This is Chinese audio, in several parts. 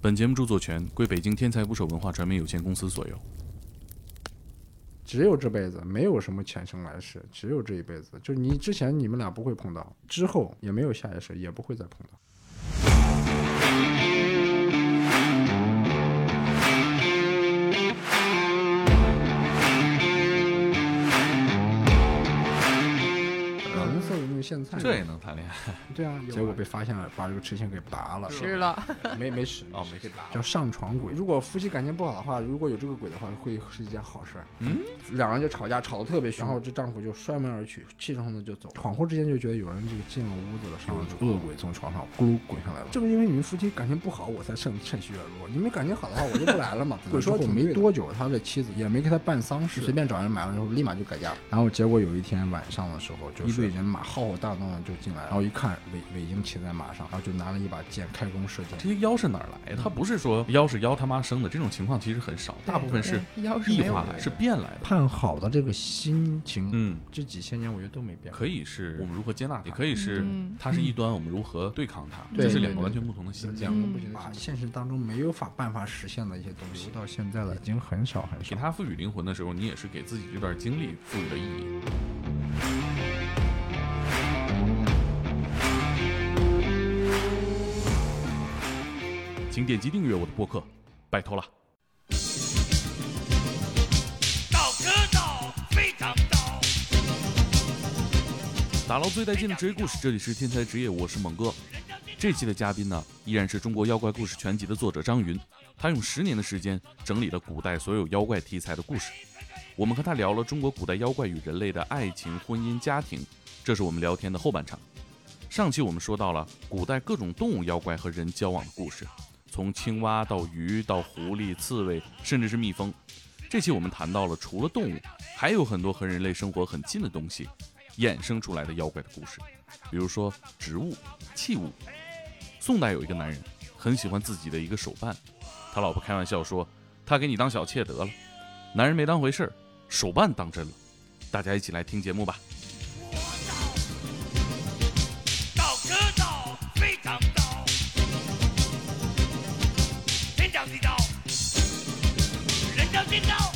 本节目著作权归北京天才捕手文化传媒有限公司所有。只有这辈子，没有什么前生来世，只有这一辈子。就是你之前你们俩不会碰到，之后也没有下一世，也不会再碰到。嗯蓝色的那个苋菜，这也能谈恋爱？对啊，结果被发现了，把这个吃线给拔了，吃了， 没没吃哦，没给打。叫上床鬼。如果夫妻感情不好的话，如果有这个鬼的话，会是一件好事。嗯，两人就吵架，吵得特别凶，然后这丈夫就摔门而去，气冲冲的就走。恍惚之间就觉得有人这个进了屋子了，上了床恶鬼从床上咕噜滚下来了。正因为你们夫妻感情不好，我才趁趁虚而入。你们感情好的话，我就不来了嘛。 鬼说没多久，他的妻子也没给他办丧事，随便找人买了之后，立马就改嫁了。然后结果有一天晚上的时候，就一队人马浩浩荡荡的就进来，然后一看尾尾已经骑在马上，然后就拿了一把剑开弓射箭。这些妖是哪儿来的？他不是说妖是妖他妈生的，这种情况其实很少，大部分是对妖是异没有化来，的是变来的。盼好的这个心情，嗯，这几千年我觉得都没变。可以是我们如何接纳它，也可以是嗯它是异端，我们如何对抗它，对这是两对个对完全不同的是心这境样。的不行，嗯嗯把现实当中没有法办法实现的一些东西，到现在了，已经很少很给。它赋予灵魂的时候，你也是给自己这段经历赋予了意义。请点击订阅我的播客，拜托了。道可道，非常道。打捞最带劲的职业故事，这里是天才职业，我是猛哥。这期的嘉宾呢，依然是中国妖怪故事全集的作者张云，他用十年的时间整理了古代所有妖怪题材的故事。我们和他聊了中国古代妖怪与人类的爱情、婚姻、家庭，这是我们聊天的后半场。上期我们说到了古代各种动物妖怪和人交往的故事，从青蛙到鱼到狐狸、刺猬，甚至是蜜蜂。这期我们谈到了除了动物，还有很多和人类生活很近的东西，衍生出来的妖怪的故事，比如说植物、器物。宋代有一个男人很喜欢自己的一个手办，他老婆开玩笑说：“他给你当小妾得了。”男人没当回事儿，手办当真了。大家一起来听节目吧。道可道，非常道。天长地道，人长地道。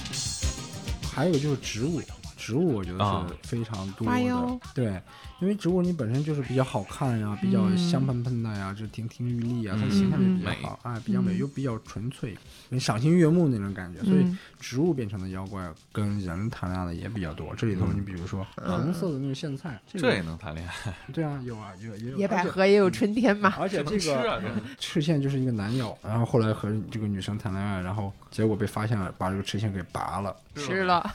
还有就是植物，植物我觉得啊是非常多花妖的，对，因为植物你本身就是比较好看呀，比较嗯香喷喷的呀，就亭亭玉立啊，它嗯形象就比美较好啊，比较美嗯又比较纯粹，赏心悦目那种感觉，所以嗯植物变成的妖怪跟人谈恋爱的也比较多。这里嗯头你比如说嗯蓝色的那个苋菜，这这也个能谈恋爱？对啊，有啊，有也有野百而且合也有春天嘛，而且这吃个啊，这赤线就是一个男友，然后后来和这个女生谈恋爱，然后结果被发现了，把这个赤线给 拔了，吃了，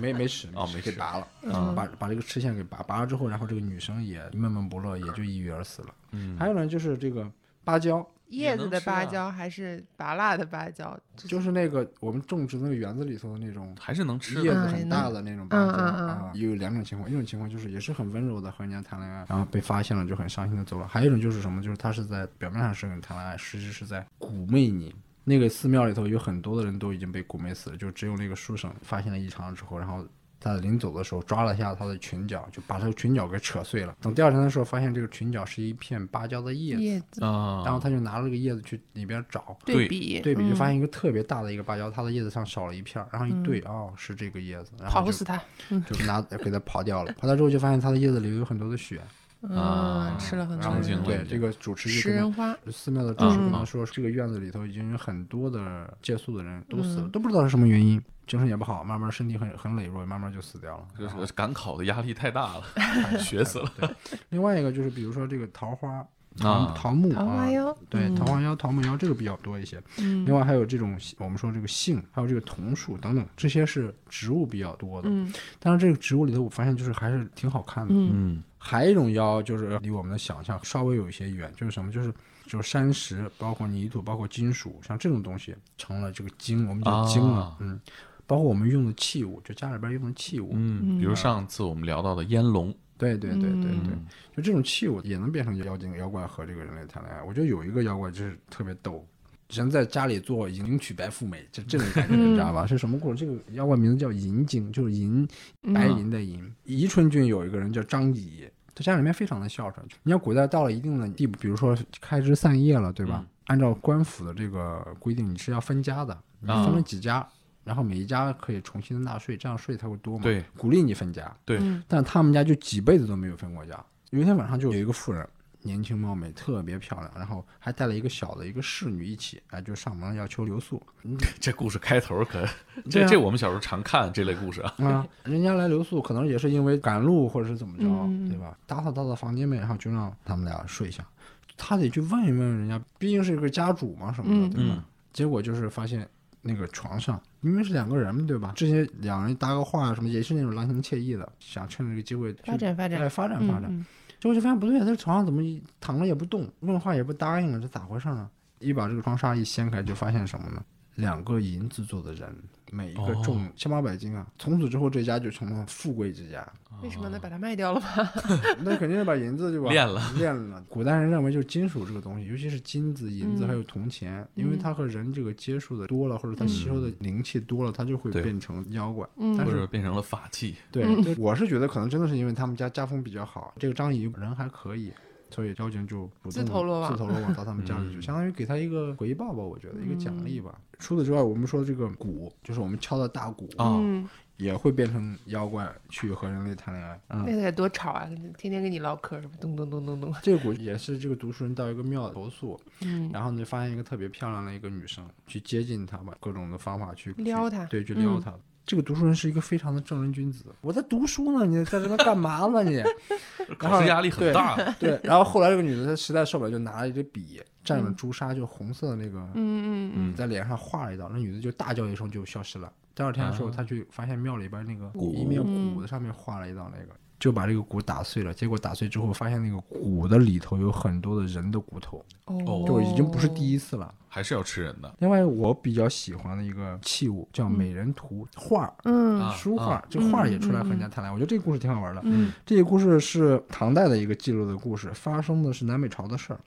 没没使，哦没给使拔了，嗯嗯把把这个赤线给拔拔了之后，然后这个女生也闷闷不乐，也就抑郁而死了。嗯还有呢，就是这个芭蕉，叶子能的吃芭啊蕉还是拔辣的芭蕉，就是那个我们种植那个园子里头的那种。还是能吃叶的。子很大的那种芭蕉嗯嗯嗯啊，有两种情况，一种情况就是也是很温柔的和人家谈恋爱，然后被发现了就很伤心的走了；还有一种就是什么，就是他是在表面上是跟你谈恋爱，实际是在蛊魅你。那个寺庙里头有很多的人都已经被蛊魅死了，就只有那个书生发现了异常之后，然后在临走的时候抓了一下他的裙角，就把他的裙角给扯碎了。等第二天的时候，发现这个裙角是一片芭蕉的叶子，叶子啊然后他就拿了这个叶子去里边找，对比对比就嗯发现一个特别大的一个芭蕉，它的叶子上少了一片儿，然后一对哦是这个叶子，然后刨就死它，就拿给它刨掉了，刨掉之后就发现它的叶子里有很多的血，啊嗯，吃了很然多后成精人了，对已经这个主持就食跟他人花，寺庙的主持嗯跟他说，这个院子里头已经有很多的借宿的人都死嗯了，都不知道是什么原因，精神也不好，慢慢身体很很羸弱，慢慢就死掉了。啊这是赶考的压力太大 了，哎学死了。另外一个就是比如说这个桃花。啊桃桃木桃花啊妖对，嗯桃花妖、桃木妖这个比较多一些。另外还有这种我们说这个杏，还有这个桐树等等，这些是植物比较多的。嗯但是这个植物里头，我发现就是还是挺好看的。嗯嗯，还有一种妖就是离我们的想象稍微有一些远，就是什么，就是就是山石，包括泥土，包括金属，像这种东西成了这个晶，我们叫晶了。啊嗯，包括我们用的器物，就家里边用的器物。嗯，比如上次我们聊到的烟笼，对对对对对，嗯就这种器物也能变成妖精、妖怪和这个人类谈恋爱。我觉得有一个妖怪就是特别逗。人在家里做迎娶白富美，就这种感觉，你知道吧？是什么故事？这个妖怪名字叫银精，就是银白银的银。宜春郡有一个人叫张仪，他家里面非常的孝顺。你要古代到了一定的地步，比如说开枝散叶了，对吧？按照官府的这个规定，你是要分家的，你啊分了几家，然后每一家可以重新的纳税，这样税才会多嘛。对，鼓励你分家。对嗯但他们家就几辈子都没有分过家。有一天晚上，就有一个妇人，年轻貌美，特别漂亮，然后还带了一个小的一个侍女一起，哎，就上门要求留宿。这故事开头 可对这啊这我们小时候常看这类故事啊。啊， 人家来留宿，可能也是因为赶路或者是怎么着，嗯对吧？打扫打扫房间呗，然后就让他们俩睡一下。他得去问一问人家，毕竟是个家主嘛什么的，嗯对吧？结果就是发现那个床上明明是两个人嘛，对吧？这些两人搭个话啊什么，也是那种郎情妾意的，想趁这个机会发展发去展哎，发展发展。嗯结果就发现不对，啊他床上怎么一躺着也不动，问话也不答应了，这咋回事呢？一把这个窗纱一掀开，就发现什么呢？两个银子做的人，每一个哦重千八百斤啊！从此之后，这家就成了富贵之家。 嗯，为什么啊呢？把它卖掉了吗？那肯定是把银子对吧？练了， 练了。古代人认为就是金属这个东西，尤其是金子、银子嗯还有铜钱，因为它和人这个接触的多了，或者它吸收的灵气多了，它就会对变成妖怪。或但嗯是者变成了法器。对，就我是觉得可能真的是因为他们家家风比较好，这个张仪人还可以，所以妖精就主动自投罗网自投罗网到他们家里去，嗯相当于给他一个回报吧，我觉得一个奖嗯励吧。除此之外，我们说这个鼓，就是我们敲的大鼓，啊嗯，也会变成妖怪去和人类谈恋爱。嗯，那得多吵啊！天天跟你唠嗑，什么咚咚咚 咚咚。这个鼓也是这个读书人到一个庙投宿，嗯，然后呢就发现一个特别漂亮的一个女生，去接近她吧，各种的方法去撩去她对，去撩嗯她。这个读书人是一个非常的正人君子，我在读书呢，你在这边干嘛呢 你？然考后试压力很对大， 对，然后后来这个女的她实在受不了，就拿了一支笔蘸着朱砂，就红色的那个，嗯嗯嗯，在脸上划了一刀。那女的就大叫一声就消失了。第二天的时候，她去发现庙里边那个啊鼓嗯一面鼓的上面划了一刀，那个就把这个鼓打碎了。结果打碎之后，发现那个鼓的里头有很多的人的骨头，哦就已经不是第一。一次了。还是要吃人的。另外，我比较喜欢的一个器物叫美人图画儿。嗯啊书画啊，这画嗯也出来和人家嗯谈恋爱，我觉得这个故事挺好玩的。嗯这个故事是唐代的一个记录的故事，发生的是南北朝的事儿。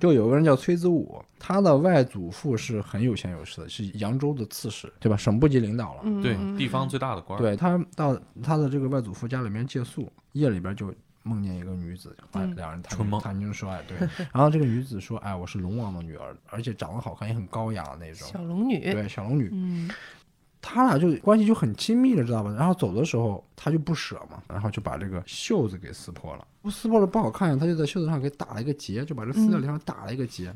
就有个人叫崔子午，他的外祖父是很有钱有势的，是扬州的刺史，对吧？省部级领导了。嗯，对，嗯地方最大的官儿。对他到他的这个外祖父家里面借宿，夜里边就梦见一个女子，哎，嗯两人谈春梦谈情说爱， 对。然后这个女子说：“哎，我是龙王的女儿，而且长得好看，也很高雅的那种。小龙”女。对，小龙女。嗯他俩就关系就很亲密了，知道吧？然后走的时候他就不舍嘛，然后就把这个袖子给撕破了，不撕破了不好看，他就在袖子上给打了一个结，就把这撕掉的地方打了一个结。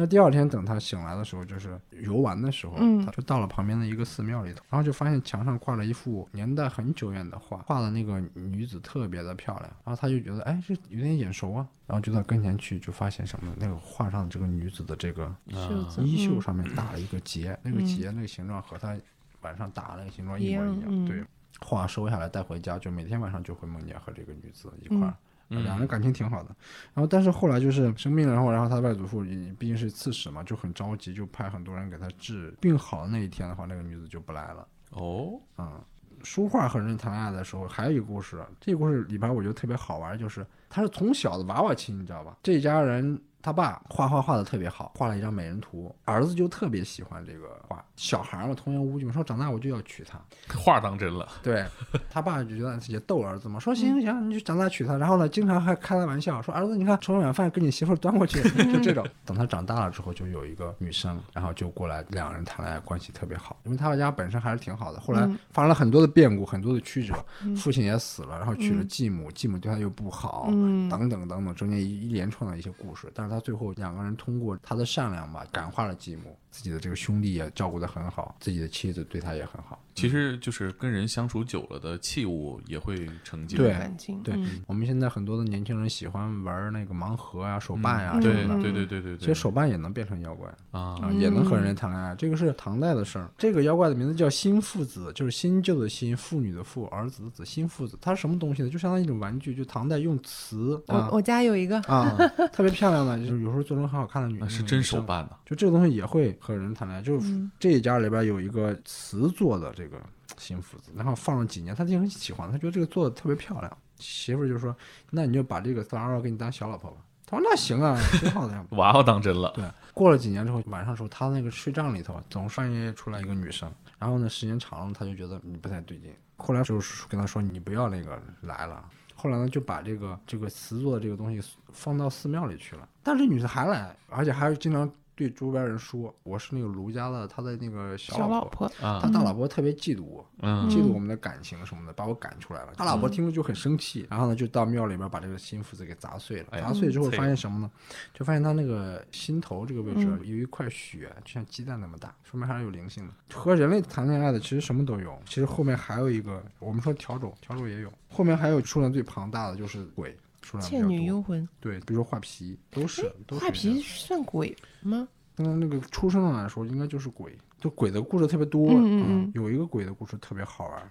那第二天等他醒来的时候，就是游玩的时候，嗯他就到了旁边的一个寺庙里头，然后就发现墙上挂了一幅年代很久远的画，画的那个女子特别的漂亮，然后他就觉得哎这有点眼熟啊，然后就到跟前去，就发现什么呢那个画上这个女子的这个袖子衣袖嗯上面打了一个结，那个结那个形状和他晚上打那个形状一模一一样嗯样。对，画收下来带回家，就每天晚上就会梦见和这个女子一块儿，呃嗯两人感情挺好的。然后但是后来就是生病了，然后然后他外祖父也毕竟是刺史嘛，就很着急，就派很多人给他治。病好的那一天的话，那个女子就不来了。哦，嗯，书画和人谈恋爱的时候，还有一个故事，这个故事里边我觉得特别好玩，就是他是从小的娃娃亲，你知道吧？这家人他爸画画画的特别好，画了一张美人图，儿子就特别喜欢这个画。小孩嘛，童言无忌嘛，说长大我就要娶她。话当真了， 对他爸就觉得也逗儿子嘛，嗯说行行行，你就长大娶她。然后呢，经常还开他玩笑，说儿子你看盛碗饭给你媳妇儿端过 去，就这种。等他长大了之后，就有一个女生，然后就过来，两人谈恋爱，关系特别好。因为他们家本身还是挺好的，后来嗯发生了很多的变故，很多的曲折，父亲也死了，然后娶了继母，继母对他又不好。嗯等等等等，中间一一连串的一些故事，但是他最后两个人通过他的善良吧，感化了继母，自己的这个兄弟也照顾得很好，自己的妻子对他也很好。其实就是跟人相处久了的器物也会成精。对感情对嗯我们现在很多的年轻人喜欢玩那个盲盒啊、手办啊嗯什对么的，对对对对对，其实手办也能变成妖怪啊，啊，也能和人家谈恋爱。这个是唐代的事儿。这个妖怪的名字叫新父子，就是新旧的新，妇女的妇，儿子的子，新父子。它是什么东西呢？就相当于一种玩具，就唐代用瓷哦啊我我家有一个，啊，特别漂亮的，就是有时候做成很好看的女，嗯那啊是女真生手。办呢。就这个东西也会和人谈恋爱，就是嗯这一家里边有一个瓷做的这个新斧子，然后放了几年，他就很喜欢，他觉得这个做的特别漂亮。媳妇儿就说：“那你就把这个自然而然给你当小老婆吧。”他说：“那行啊，挺好的呀。娃娃当真”了，对，过了几年之后，晚上的时候，他那个睡帐里头啊总是半夜出来一个女生，然后呢，时间长了，他就觉得你不太对劲。后来就是跟他说：“你不要那个来了。”后来呢，就把这个这个瓷做的这个东西放到寺庙里去了，但是这女的还来，而且还经常对周边人说我是那个卢家的他的那个小老老婆，他啊大老婆特别嫉妒我，嗯嫉妒我们的感情什么的，把我赶出来了。他老婆听了就很生气，然后呢就到庙里边把这个心斧子给砸碎了。哎呀砸碎之后碎发现什么呢？就发现他那个心头这个位置嗯有一块血，就像鸡蛋那么大，说明还是有灵性的。和人类谈恋爱的其实什么都有，其实后面还有一个，我们说笤帚，笤帚也有，后面还有数量最庞大的就是鬼。数量比倩较女多，幽魂，对，比如说画皮都是都是画这样皮算鬼吗？那那个出生上来说，应该就是鬼，就鬼的故事特别多。嗯嗯嗯有一个鬼的故事特别好玩，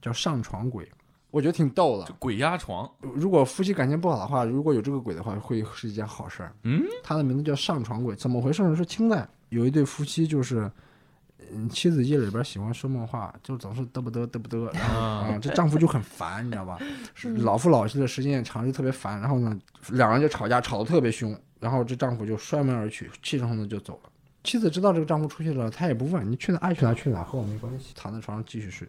叫上床鬼，我觉得挺逗的就。鬼压床，如果夫妻感情不好的话，如果有这个鬼的话，会是一件好事儿。嗯，他的名字叫上床鬼，怎么回事呢？是清代有一对夫妻，就是嗯，妻子夜里边喜欢说梦话，就总是嘚不嘚嘚不嘚，然后啊啊、这丈夫就很烦，你知道吧？是老夫老妻的，时间也长，就特别烦。然后呢，两人就吵架，吵得特别凶。然后这丈夫就摔门而去，气冲冲的就走了。妻子知道这个丈夫出去了，她也不问，你去哪爱去哪去哪，和我没关系。躺在床上继续睡，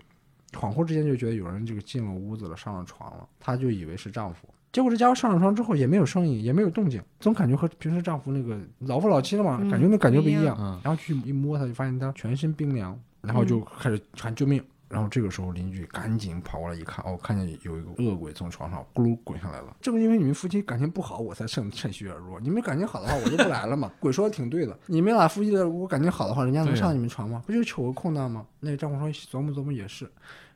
恍惚之间就觉得有人这个进了屋子了，上了床了，她就以为是丈夫。结果这家伙上了床之后也没有声音，也没有动静，总感觉和平时丈夫那个老夫老妻了嘛，嗯感觉那感觉不一不样一样。嗯然后去一摸他，就发现他全身冰凉，然后就开始喊救命。然后这个时候邻居赶紧跑过来一看，哦，看见有一个恶鬼从床上咕噜滚下来了。正因为你们夫妻感情不好，我才趁趁虚而入。你们感情好的话，我就不来了嘛。 鬼说的挺对的，你们俩夫妻的如果感情好的话，人家能对啊上你们床吗？不就求个空档吗？那个丈夫说琢磨琢磨也是，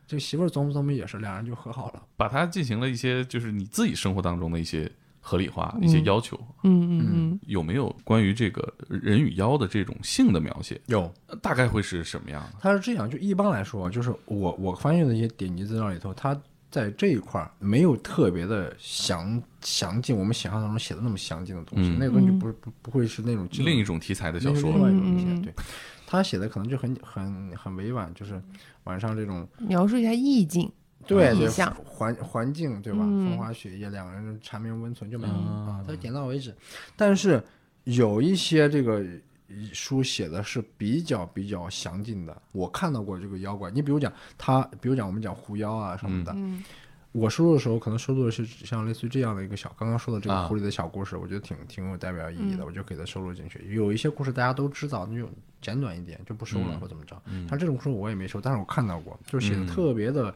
这媳妇儿琢磨琢磨也是，两人就和好了。把它进行了一些就是你自己生活当中的一些合理化、一些要求，嗯嗯有没有关于这个人与妖的这种性的描写？有，呃大概会是什么样的？他是这样，就一般来说，就是我我翻阅的一些典籍资料里头，他在这一块儿没有特别的详详尽，我们想象当中写的那么详尽的东西，嗯那个东西不是不不会是那种另一种种题材的小另说另外一种东嗯嗯嗯西，对，他写的可能就很很很委婉，就是晚上这种嗯，描述一下意境，对意对象环环境对吧？嗯风花雪月，两个人缠绵温存就没了、嗯啊。他点到为止，但是有一些这个书写的是比较比较详尽的，我看到过这个妖怪。你比如讲他，比如讲我们讲狐妖啊什么的，嗯我收录的时候可能收录的是像类似于这样的一个小，刚刚说的这啊个狐狸的小故事，我觉得挺挺有代表意义的，我就给它收录进去。有一些故事大家都知道，那就简短一点，就不收了、嗯或怎么着。嗯像这种书我也没收，但是我看到过，就写的嗯特别的，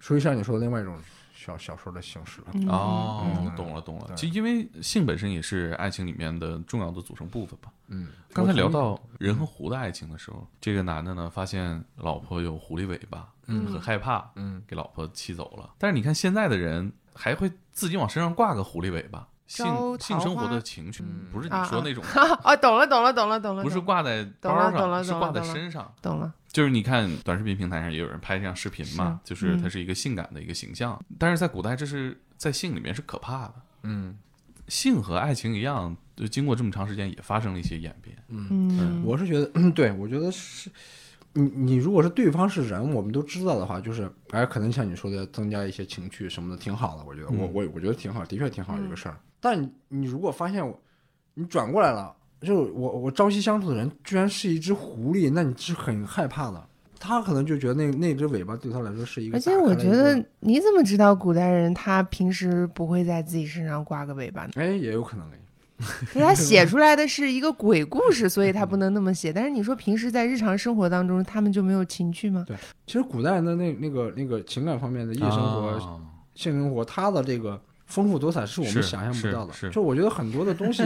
属于像你说的另外一种小小说的形式了。嗯哦嗯，懂了懂了。对其实因为性本身也是爱情里面的重要的组成部分吧。嗯，刚才聊我同意到人和狐的爱情的时候，这个男的呢发现老婆有狐狸尾巴，嗯很害怕，嗯，给老婆气走了。但是你看现在的人还会自己往身上挂个狐狸尾巴，性招性桃生活花的情趣，不是你啊啊说那种，啊，懂了懂了懂了懂了，不是懂了挂在包懂上，了懂了是挂在懂了身上。懂了，就是你看短视频平台上也有人拍这样视频嘛，是就是它嗯是一个性感的一个形象，但是在古代这是在性里面是可怕的。嗯，性和爱情一样，就经过这么长时间也发生了一些演变。嗯，我是觉得， 对我觉得是，你你如果是对方是人，我们都知道的话，就是哎，可能像你说的，增加一些情趣什么的，挺好的。我觉得，嗯我我我觉得挺好，的确挺好这个事儿。但你你如果发现我，你转过来了，就我我朝夕相处的人居然是一只狐狸，那你是很害怕的。他可能就觉得那那只尾巴对他来说是一个而打且开了一个，我觉得你怎么知道古代人他平时不会在自己身上挂个尾 巴呢？哎，也有可能哎。可是他写出来的是一个鬼故事，所以他不能那么写。但是你说平时在日常生活当中，他们就没有情趣吗？其实古代人的那那个那个情感方面的夜夜生活、啊啊性生活，它的这个丰富多彩是我们是想象是不到的是。就我觉得很多的东西，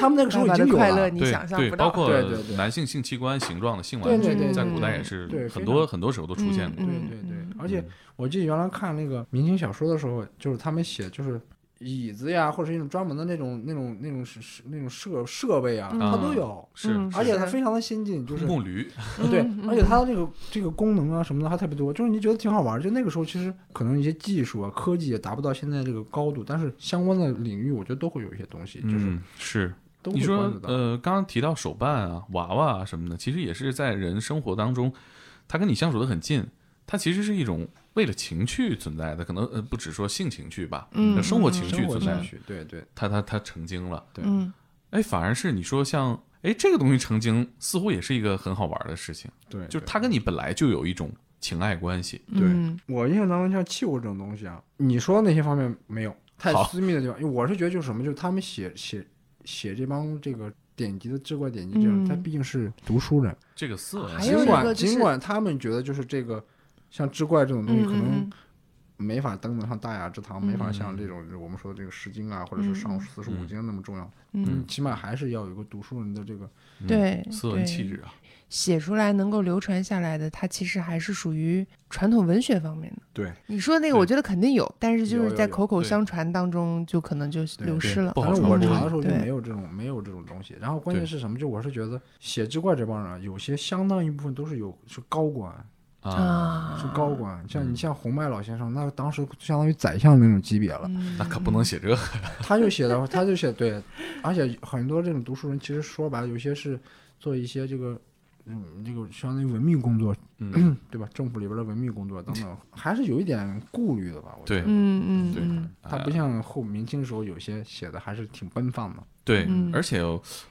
他们那个时候已 爸爸经的有快乐了。你对想象对，不包到。括对对对男性性器官形状的性玩具，对对对在对古代也对是对很非多常很多时候都出现过。对嗯对对嗯，而且我记得原来看那个明清小说的时候，就是他们写就是椅子呀，或者是一种专门的那种那种那种是是那种设设备啊，嗯它都有，是，嗯是而且它是非常的先进，就是公共驴，对嗯，而且它的这个这个功能啊什么的还特别多，就是你觉得挺好玩儿。就那个时候，其实可能一些技术啊、科技也达不到现在这个高度，但是相关的领域，我觉得都会有一些东西，就是嗯，是。都你会说关注到。呃，刚刚提到手办啊、娃娃啊什么的，其实也是在人生活当中，他跟你相处的很近，它其实是一种为了情趣存在的，可能呃不只说性情趣吧，嗯生活嗯情生趣活存下在，去，对对，它它它成精了。对嗯，哎，反而是你说像哎这个东西成精，似乎也是一个很好玩的事情，对，就是对它跟你本来就有一种情爱关系。对嗯我印象当中，像器物这种东西啊，你说的那些方面没有太好私密的地方，因为我是觉得就是什么，就是他们写写写这帮这个典籍的志怪典籍这种，嗯他毕竟是读书人，这个思维还有尽一管、个就是尽管他们觉得就是这个像志怪这种东西嗯可嗯能嗯没法登得上大雅之堂，嗯没法像这种我们说的这个《诗经》啊，或者是上四书五经那么重要，嗯，起码还是要有一个读书人的这个嗯对斯文气质啊，写出来能够流传下来的，它其实还是属于传统文学方面的。对。你说那个，对我觉得肯定有，但是就有是有在有口口对相传当中，就可能就对流对失了。不好反正传我播查的时候就对没有这种没有这种东西。然后关键对是什么？就我是觉得写志怪这帮人啊，有些相当一部分都是有是高管，啊，啊，是高管。像你像洪迈老先生，那当时相当于宰相那种级别了。嗯，那可不能写这个，他就写的，他就写对，而且很多这种读书人，其实说白了，有些是做一些这个。嗯，这个相当于文秘工作，嗯对吧？政府里边的文秘工作等等，还是有一点顾虑的吧？我觉对哎得，嗯嗯对嗯，他不像后明清时候有些写的还是挺奔放的。对，嗯而且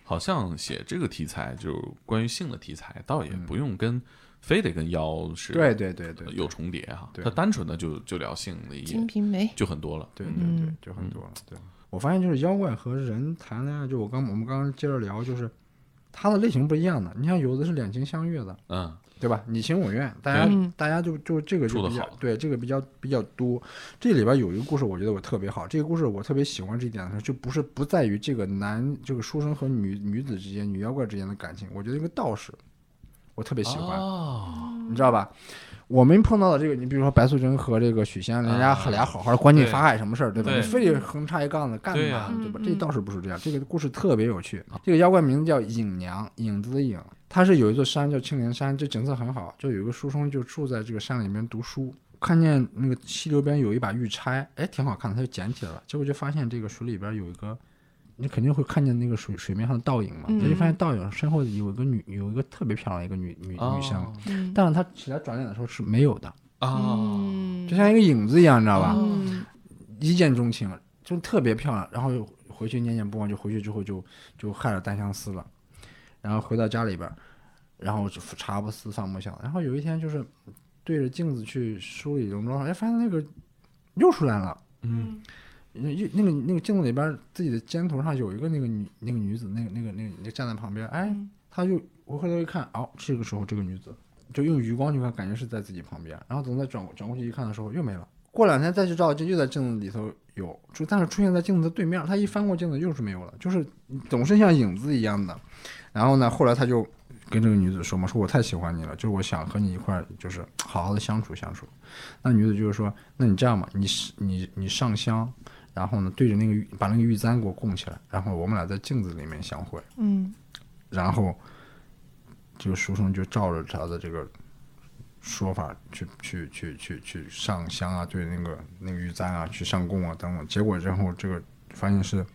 好像写这个题材，就是关于性的题材，倒也不用跟、非得跟妖是对对对对，有重叠哈、对它单纯的就就聊性的金也瓶梅，就很多了。对嗯对对，就很多了。对，我发现就是妖怪和人谈恋爱，就我刚我们刚刚接着聊，就是它的类型不一样的。你像有的是两情相悦的，嗯，对吧？你情我愿，大家、嗯大家就就这个处就得比较好对这个比较比较多。这里边有一个故事，我觉得我特别好。这个故事我特别喜欢这一点呢，就不是不在于这个男这个书生和女女子之间、女妖怪之间的感情。我觉得一个道士，我特别啊喜欢。哦，嗯你知道吧？我们碰到的这个，你比如说白素贞和这个许仙，人家俩好好的关进法海什么事儿，对吧？啊对你非得横插一杠子干对嘛呀？啊对吧嗯？这倒是不是这样。这个故事特别有趣。这个妖怪名字叫影娘，影子的影，它是有一座山叫青莲山，这景色很好。就有一个书生就住在这个山里面读书，看见那个溪流边有一把玉钗，哎，挺好看的，他就捡起来了。结果就发现这个水里边有一个。你肯定会看见那个水水面上的倒影嘛，嗯他就发现倒影身后有一个女，有一个特别漂亮的一个女女哦女生，嗯但是他起来转脸的时候是没有的，啊，嗯就像一个影子一样，你知道吧？嗯一见钟情，就特别漂亮，然后又回去念念不忘，就回去之后就就害了单相思了，然后回到家里边儿，然后就茶不思饭不想，然后有一天就是对着镜子去梳理容妆，哎，发现那个又出来了。嗯，那那个那个镜子里边儿自己的肩头上有一个那个女那个女子，那个那个那个那个站在旁边，哎，他就我回头一看，哦，这个时候这个女子就用余光去看，感觉是在自己旁边，然后等再转转过去一看的时候又没了。过两天再去照镜，又在镜子里头有，出但是出现在镜子的对面，他一翻过镜子又是没有了，就是总是像影子一样的。然后呢，后来他就跟这个女子说嘛，说我太喜欢你了，就是我想和你一块儿，就是好好的相处相处。那女子就是说，那你这样吧，你是你你上香，然后呢对着那个玉把那个玉簪给我供起来，然后我们俩在镜子里面相会。嗯然后这个书生就照着他的这个说法去去去去去上香啊，对那个那个玉簪啊去上供啊等等，结果然后这个发现是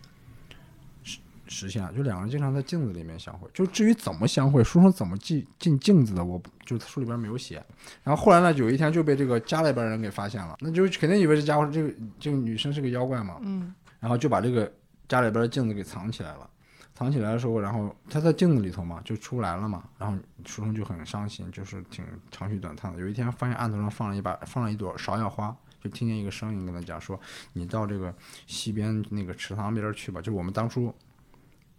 实实现了，就两个人经常在镜子里面相会。就至于怎么相会，书生怎么进进镜子的，我不就书里边没有写。然后后来呢，有一天就被这个家里边人给发现了，那就肯定以为这家伙这个这个女生是个妖怪嘛，嗯然后就把这个家里边的镜子给藏起来了。藏起来的时候，然后他在镜子里头嘛，就出不来了嘛。然后书生就很伤心，就是挺长吁短叹的。有一天发现案头上放了一把，放了一朵芍药花，就听见一个声音跟他讲说：“你到这个西边那个池塘边儿去吧，就是我们当初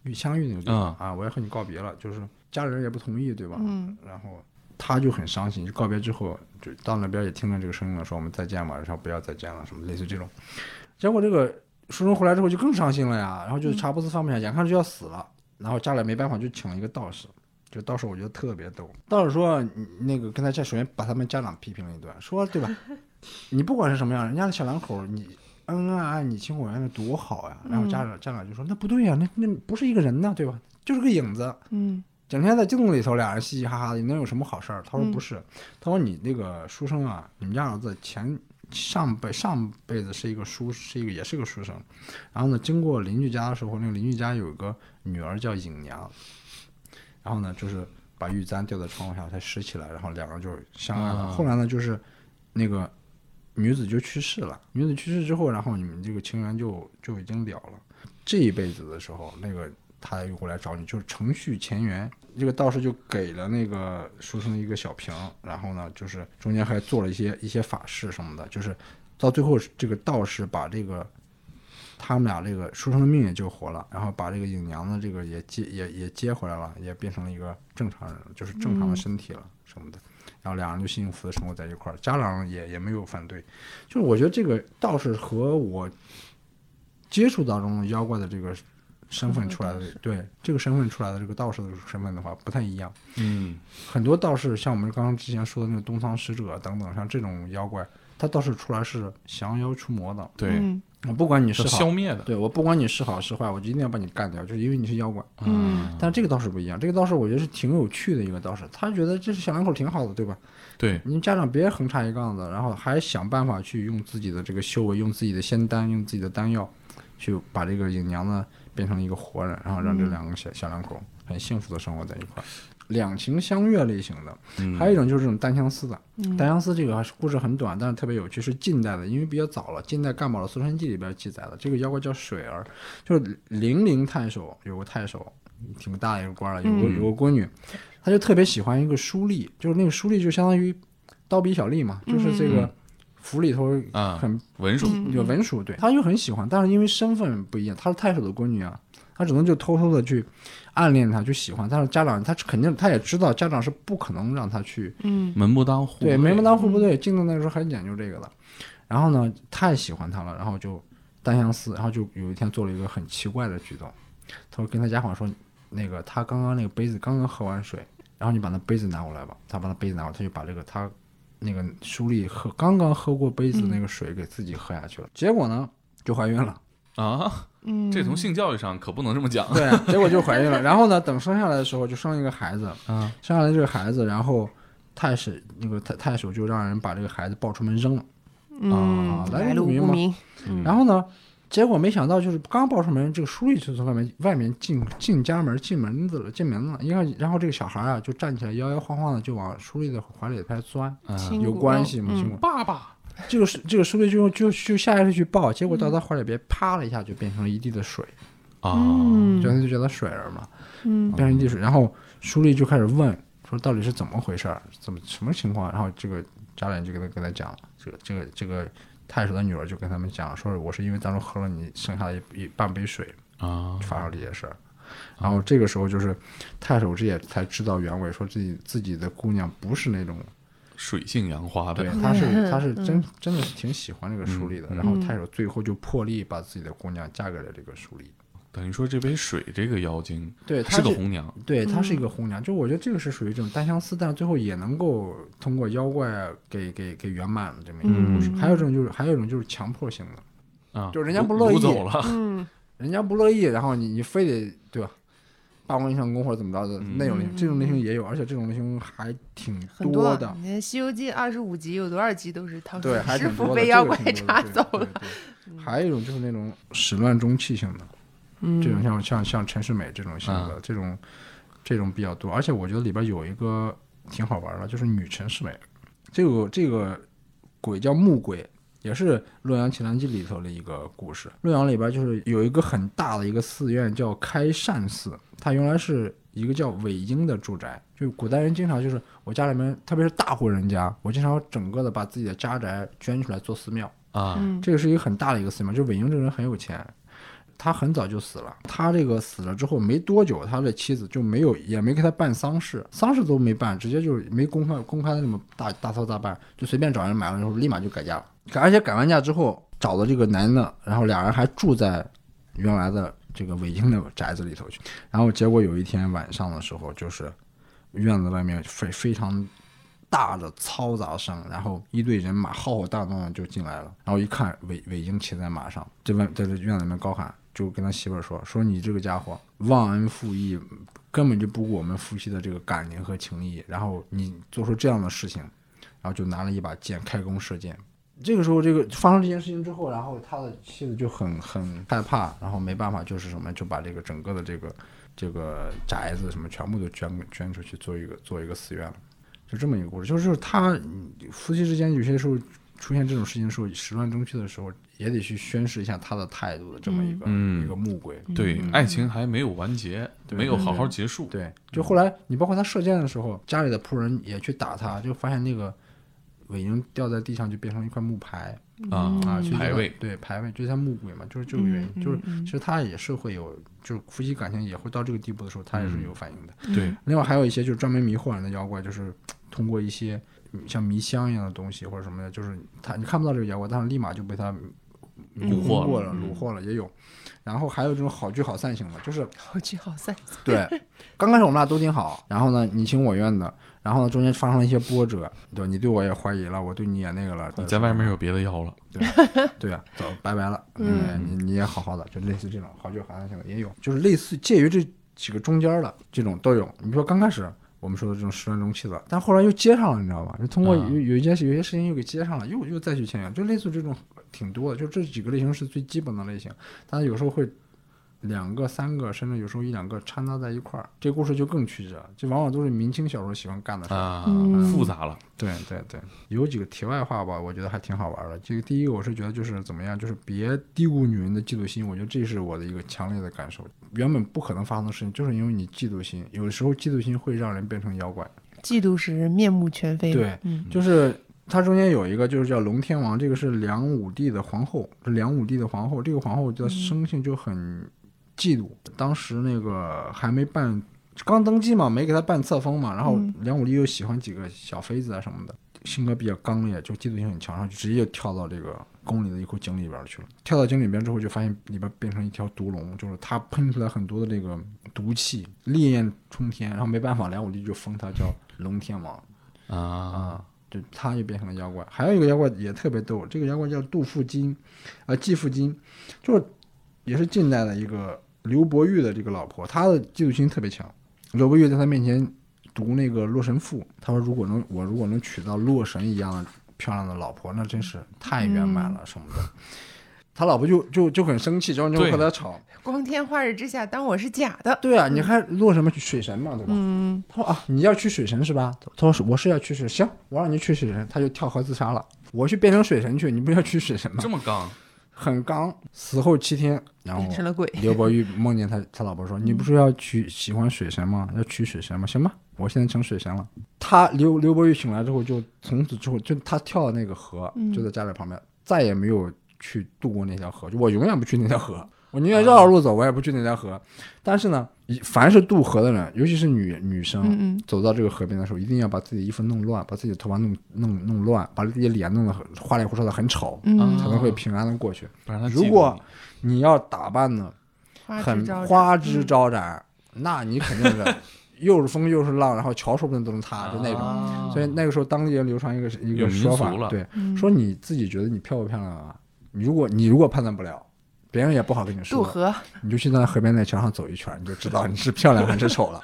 遇相遇那个地方、啊，我要和你告别了。”就是家里人也不同意，对吧？嗯然后他就很伤心，就告别之后，就到那边也听到这个声音了，说我们再见吧，然后不要再见了，什么类似这种。结果这个书生回来之后就更伤心了呀，然后就茶不思饭不想，眼看着就要死了，然后家里没办法就请了一个道士。这个道士我觉得特别逗，道士说你那个跟他这首先把他们家长批评了一顿，说对吧，你不管是什么样，人家的小两口你恩恩爱爱，你情我愿的多好呀。然后家长家长就说那不对呀，那那不是一个人呐，对吧？就是个影子，嗯整天在镜子里头，俩人嘻嘻哈哈的，能有什么好事儿？他说嗯不是，他说你那个书生啊，你们家儿子前上辈上辈子是一个书，是一个也是个书生，然后呢，经过邻居家的时候，那个邻居家有一个女儿叫影娘，然后呢，就是把玉簪吊在窗户下，才拾起来，然后两个人就相爱了。啊后来呢，就是那个女子就去世了，女子去世之后，然后你们这个情缘就就已经了了。这一辈子的时候，那个他又过来找你，就是程序前缘。这个道士就给了那个书生一个小瓶，然后呢，就是中间还做了一些一些法事什么的，就是到最后，这个道士把这个他们俩这个书生的命也救活了，然后把这个影娘的这个也接也也接回来了，也变成了一个正常人了，就是正常的身体了什么的。然后两人就幸福的生活在一块儿，家长也也没有反对。就是我觉得这个倒是和我接触当中的妖怪的这个身份出来的，对这个身份出来的这个道士的身份的话不太一样。嗯，很多道士像我们刚刚之前说的那个东仓使者等等，像这种妖怪，他倒是出来是降妖除魔的。对，嗯我不管你是是好消灭的。对我不管你是好是坏，我就一定要把你干掉，就是因为你是妖怪。嗯，但这个倒是不一样，这个倒是我觉得是挺有趣的一个道士，他觉得这是小两口挺好的，对吧？对，你们家长别横插一杠子，然后还想办法去用自己的这个修为，用自己的仙丹，用自己的丹药，去把这个影娘呢变成一个活人，然后让这两个小小两口很幸福的生活在一块儿。两情相悦类型的，嗯还有一种就是这种单相思的。嗯单相思这个还是故事很短，但是特别有趣，是近代的，因为比较早了。近代干宝的《搜神记》里边记载的，这个妖怪叫水儿，就是零陵太守有个太守，挺大的一个官了，有个有个闺女，她就特别喜欢一个书吏，就是那个书吏就相当于刀笔小吏嘛，就是这个府里头啊很嗯文书，有文书，对，她就很喜欢，但是因为身份不一样，她是太守的闺女啊，她只能就偷偷的去暗恋她，去喜欢，但是家长她肯定她也知道，家长是不可能让她去。嗯门不当户对，不门不对当户不对，京东那个时候很讲究这个的。然后呢，太喜欢他了，然后就单相思，然后就有一天做了一个很奇怪的举动，他说跟他家伙说，那个他刚刚那个杯子刚刚喝完水，然后你把那杯子拿过来吧。他把那杯子拿过来，他就把这个他那个书吏喝刚刚喝过杯子那个水给自己喝下去了。结果呢，就怀孕了。啊，嗯，这从性教育上可不能这么讲。对、 结果就怀孕了。然后呢，等生下来的时候就生了一个孩子，啊，生下来这个孩子，然后太守那个太太守就让人把这个孩子抱出门扔了。嗯啊来来路路不不明明，嗯然后呢，结果没想到就是刚报上门，这个书吏就从外面外面进进家门进门子了进门了，因为然后这个小孩啊就站起来摇摇晃晃的就往书吏的怀里开始钻，啊亲有骨关系吗？嗯亲骨爸爸，这个这个书吏就就就下意识去抱，结果到他嗯怀里边啪了一下就变成了一地的水，啊，就他就叫他水儿嘛，嗯变成一地水，然后书吏就开始问说到底是怎么回事儿，怎么什么情况？然后这个家长就给他跟他讲，这个这个这个太守的女儿就跟他们讲说，我是因为当初喝了你剩下的一一半杯水，啊，发生这些事儿。然后这个时候就是太守这也才知道原委，说自己自己的姑娘不是那种，水性杨花对嗯的，，他是他是真真的是挺喜欢这个书吏的。然后太守最后就破例把自己的姑娘嫁给了这个书吏。等于说这杯水这个妖精，对它是个是红娘，对，她是一个嗯红娘，就我觉得这个是属于这种单相思，但是最后也能够通过妖怪给给给圆满了这么一个故事。还有一种就是还有一种就是强迫性的，啊，就是人家掳不乐意掳走了，嗯人家不乐意，然后你你非得对吧？罢工影响工或者怎么着的那种类型，这种类型也有，而且这种类型还挺嗯很多的的。。你看《西游记》二十五集有多少集都是唐对，还僧挺师傅多的。被这妖个怪挺多抓的走对了对，对还有一种就是那种始乱终弃型的，这种像像像陈世美这种型的，这种这种比较多。而且我觉得里边有一个挺好玩的，就是女陈世美，这个这个鬼叫木鬼。也是《洛阳奇谭记》里头的一个故事。洛阳里边就是有一个很大的一个寺院叫开善寺，它原来是一个叫韦婴的住宅。就古代人经常就是我家里面，特别是大户人家，我经常整个的把自己的家宅捐出来做寺庙。啊，这个是一个很大的一个寺庙。就韦婴这个人很有钱，他很早就死了。他这个死了之后没多久，他的妻子就没有，也没给他办丧事，丧事都没办，直接就是没公开公开的那么大大操大办，就随便找人买了之后立马就改嫁了。改而且改完嫁之后找了这个男的，然后俩人还住在原来的这个韦婴的宅子里头去。然后结果有一天晚上的时候，就是院子外面非非常大的嘈杂声，然后一队人马浩浩荡荡的就进来了。然后一看，韦韦英骑在马上，在外在这院子里面高喊，就跟他媳妇儿说：“说你这个家伙忘恩负义，根本就不顾我们夫妻的这个感情和情谊。然后你做出这样的事情，然后就拿了一把剑开弓射箭。”这个时候，这个发生这件事情之后，然后他的妻子就很很害怕，然后没办法，就是什么，就把这个整个的这个这个宅子什么全部都捐给捐出去，做一个做一个寺院了。就这么一个故事，就是就是他嗯夫妻之间有些时候出现这种事情的时候，始乱终弃的时候，也得去宣示一下他的态度的这么一个、嗯一个木鬼。对，嗯爱情还没有完结，对没有好好结束，对，就后来你包括他射箭的时候，家里的仆人也去打他，就发现那个尾鹰掉在地上就变成一块木牌，啊啊，所以就排很位对排位，就是他木鬼嘛，就是这个原因，嗯就是嗯其实他也是会有，就是夫妻感情也会到这个地步的时候，他也是嗯有反应的。对，另外还有一些就是专门迷惑人的妖怪，就是通过一些嗯像迷香一样的东西或者什么的，就是他你看不到这个妖怪，但是立马就被他嗯蛊惑过了了、嗯虏获了也有。然后还有这种好聚好散型的，就是好聚好散，对，刚开始我们俩都挺好，然后呢你情我愿的，然后呢中间发生了一些波折，对你对我也怀疑了，我对你也那个了，你在外面有别的妖了， 对啊，走，拜拜了。嗯哎你你也好好的，就类似这种好聚好散型的也有，就是类似介于这几个中间的这种都有。你说刚开始我们说的这种十分钟气的，但后来又接上了，你知道吧？就通过有嗯有一件事，有些事情又给接上了，又又再去签约，就类似这种挺多的。就这几个类型是最基本的类型，但是有时候会。两个、三个，甚至有时候一两个掺杂在一块儿，这故事就更曲折，这往往都是明清小说喜欢干的事儿。啊嗯，复杂了，对对对，有几个题外话吧，我觉得还挺好玩的。这个第一个，我是觉得就是怎么样，就是别低估女人的嫉妒心，我觉得这是我的一个强烈的感受。原本不可能发生的事情，就是因为你嫉妒心，有的时候嫉妒心会让人变成妖怪。嫉妒使人面目全非。对嗯就是它中间有一个就是叫龙天王，这个是梁武帝的皇后，是梁武帝的皇后。这个皇后的生性就很嫉妒，当时那个还没办，刚登基嘛，没给他办册封嘛，然后嗯梁武帝又喜欢几个小妃子啊什么的，性格比较刚烈，就嫉妒心很强，然后就直接就跳到这个。宫里的一口井里边去了，跳到井里边之后，就发现里边变成一条毒龙，就是它喷出来很多的这个毒气，烈焰冲天，然后没办法，梁武帝就封他叫龙天王，啊，啊，就他就变成了妖怪。还有一个妖怪也特别逗，这个妖怪叫杜富金，啊、季富金，就是也是近代的一个刘伯玉的这个老婆，她的嫉妒心特别强。刘伯玉在她面前读那个《洛神赋》，他说如果能我如果能娶到洛神一样的漂亮的老婆，那真是太圆满了什么的。他老婆就就就很生气，然后就对和他吵。光天化日之下，当我是假的。对啊，你还洛什么水神嘛，对吧？嗯，他说啊，你要去水神是吧？他说是我是要去水，行，我让你去水神，他就跳河自杀了。我去变成水神去，你不是要去水神吗这？么刚，很刚，死后七天，然后变成了鬼。 刘伯玉梦见他他老婆说，你不是嗯要娶喜欢水神吗？要娶水神吗？行吧，我现在成水神了。他刘刘伯玉醒来之后，就从此之后就他跳到那个河，嗯就在家里旁边，再也没有去渡过那条河，就我永远不去那条河。我宁愿绕着路走，我也不去那条河。但是呢，一凡是渡河的人，尤其是女女生，嗯嗯，走到这个河边的时候，一定要把自己的衣服弄乱，把自己的头发弄弄弄乱，把自己的脸弄得很花里胡哨的很丑，嗯才能会平安的过去。不然他如果你要打扮的很花枝招展，那你肯定是又是风又是浪，然后桥说不定都能塌，啊就那种。种所以那个时候当地人流传一个一啊有个民说法俗了，对，嗯说你自己觉得你漂不漂亮啊？你如果你如果判断不了，别人也不好跟你说。渡河，你就去那河边那桥上走一圈，你就知道你是漂亮还是丑了。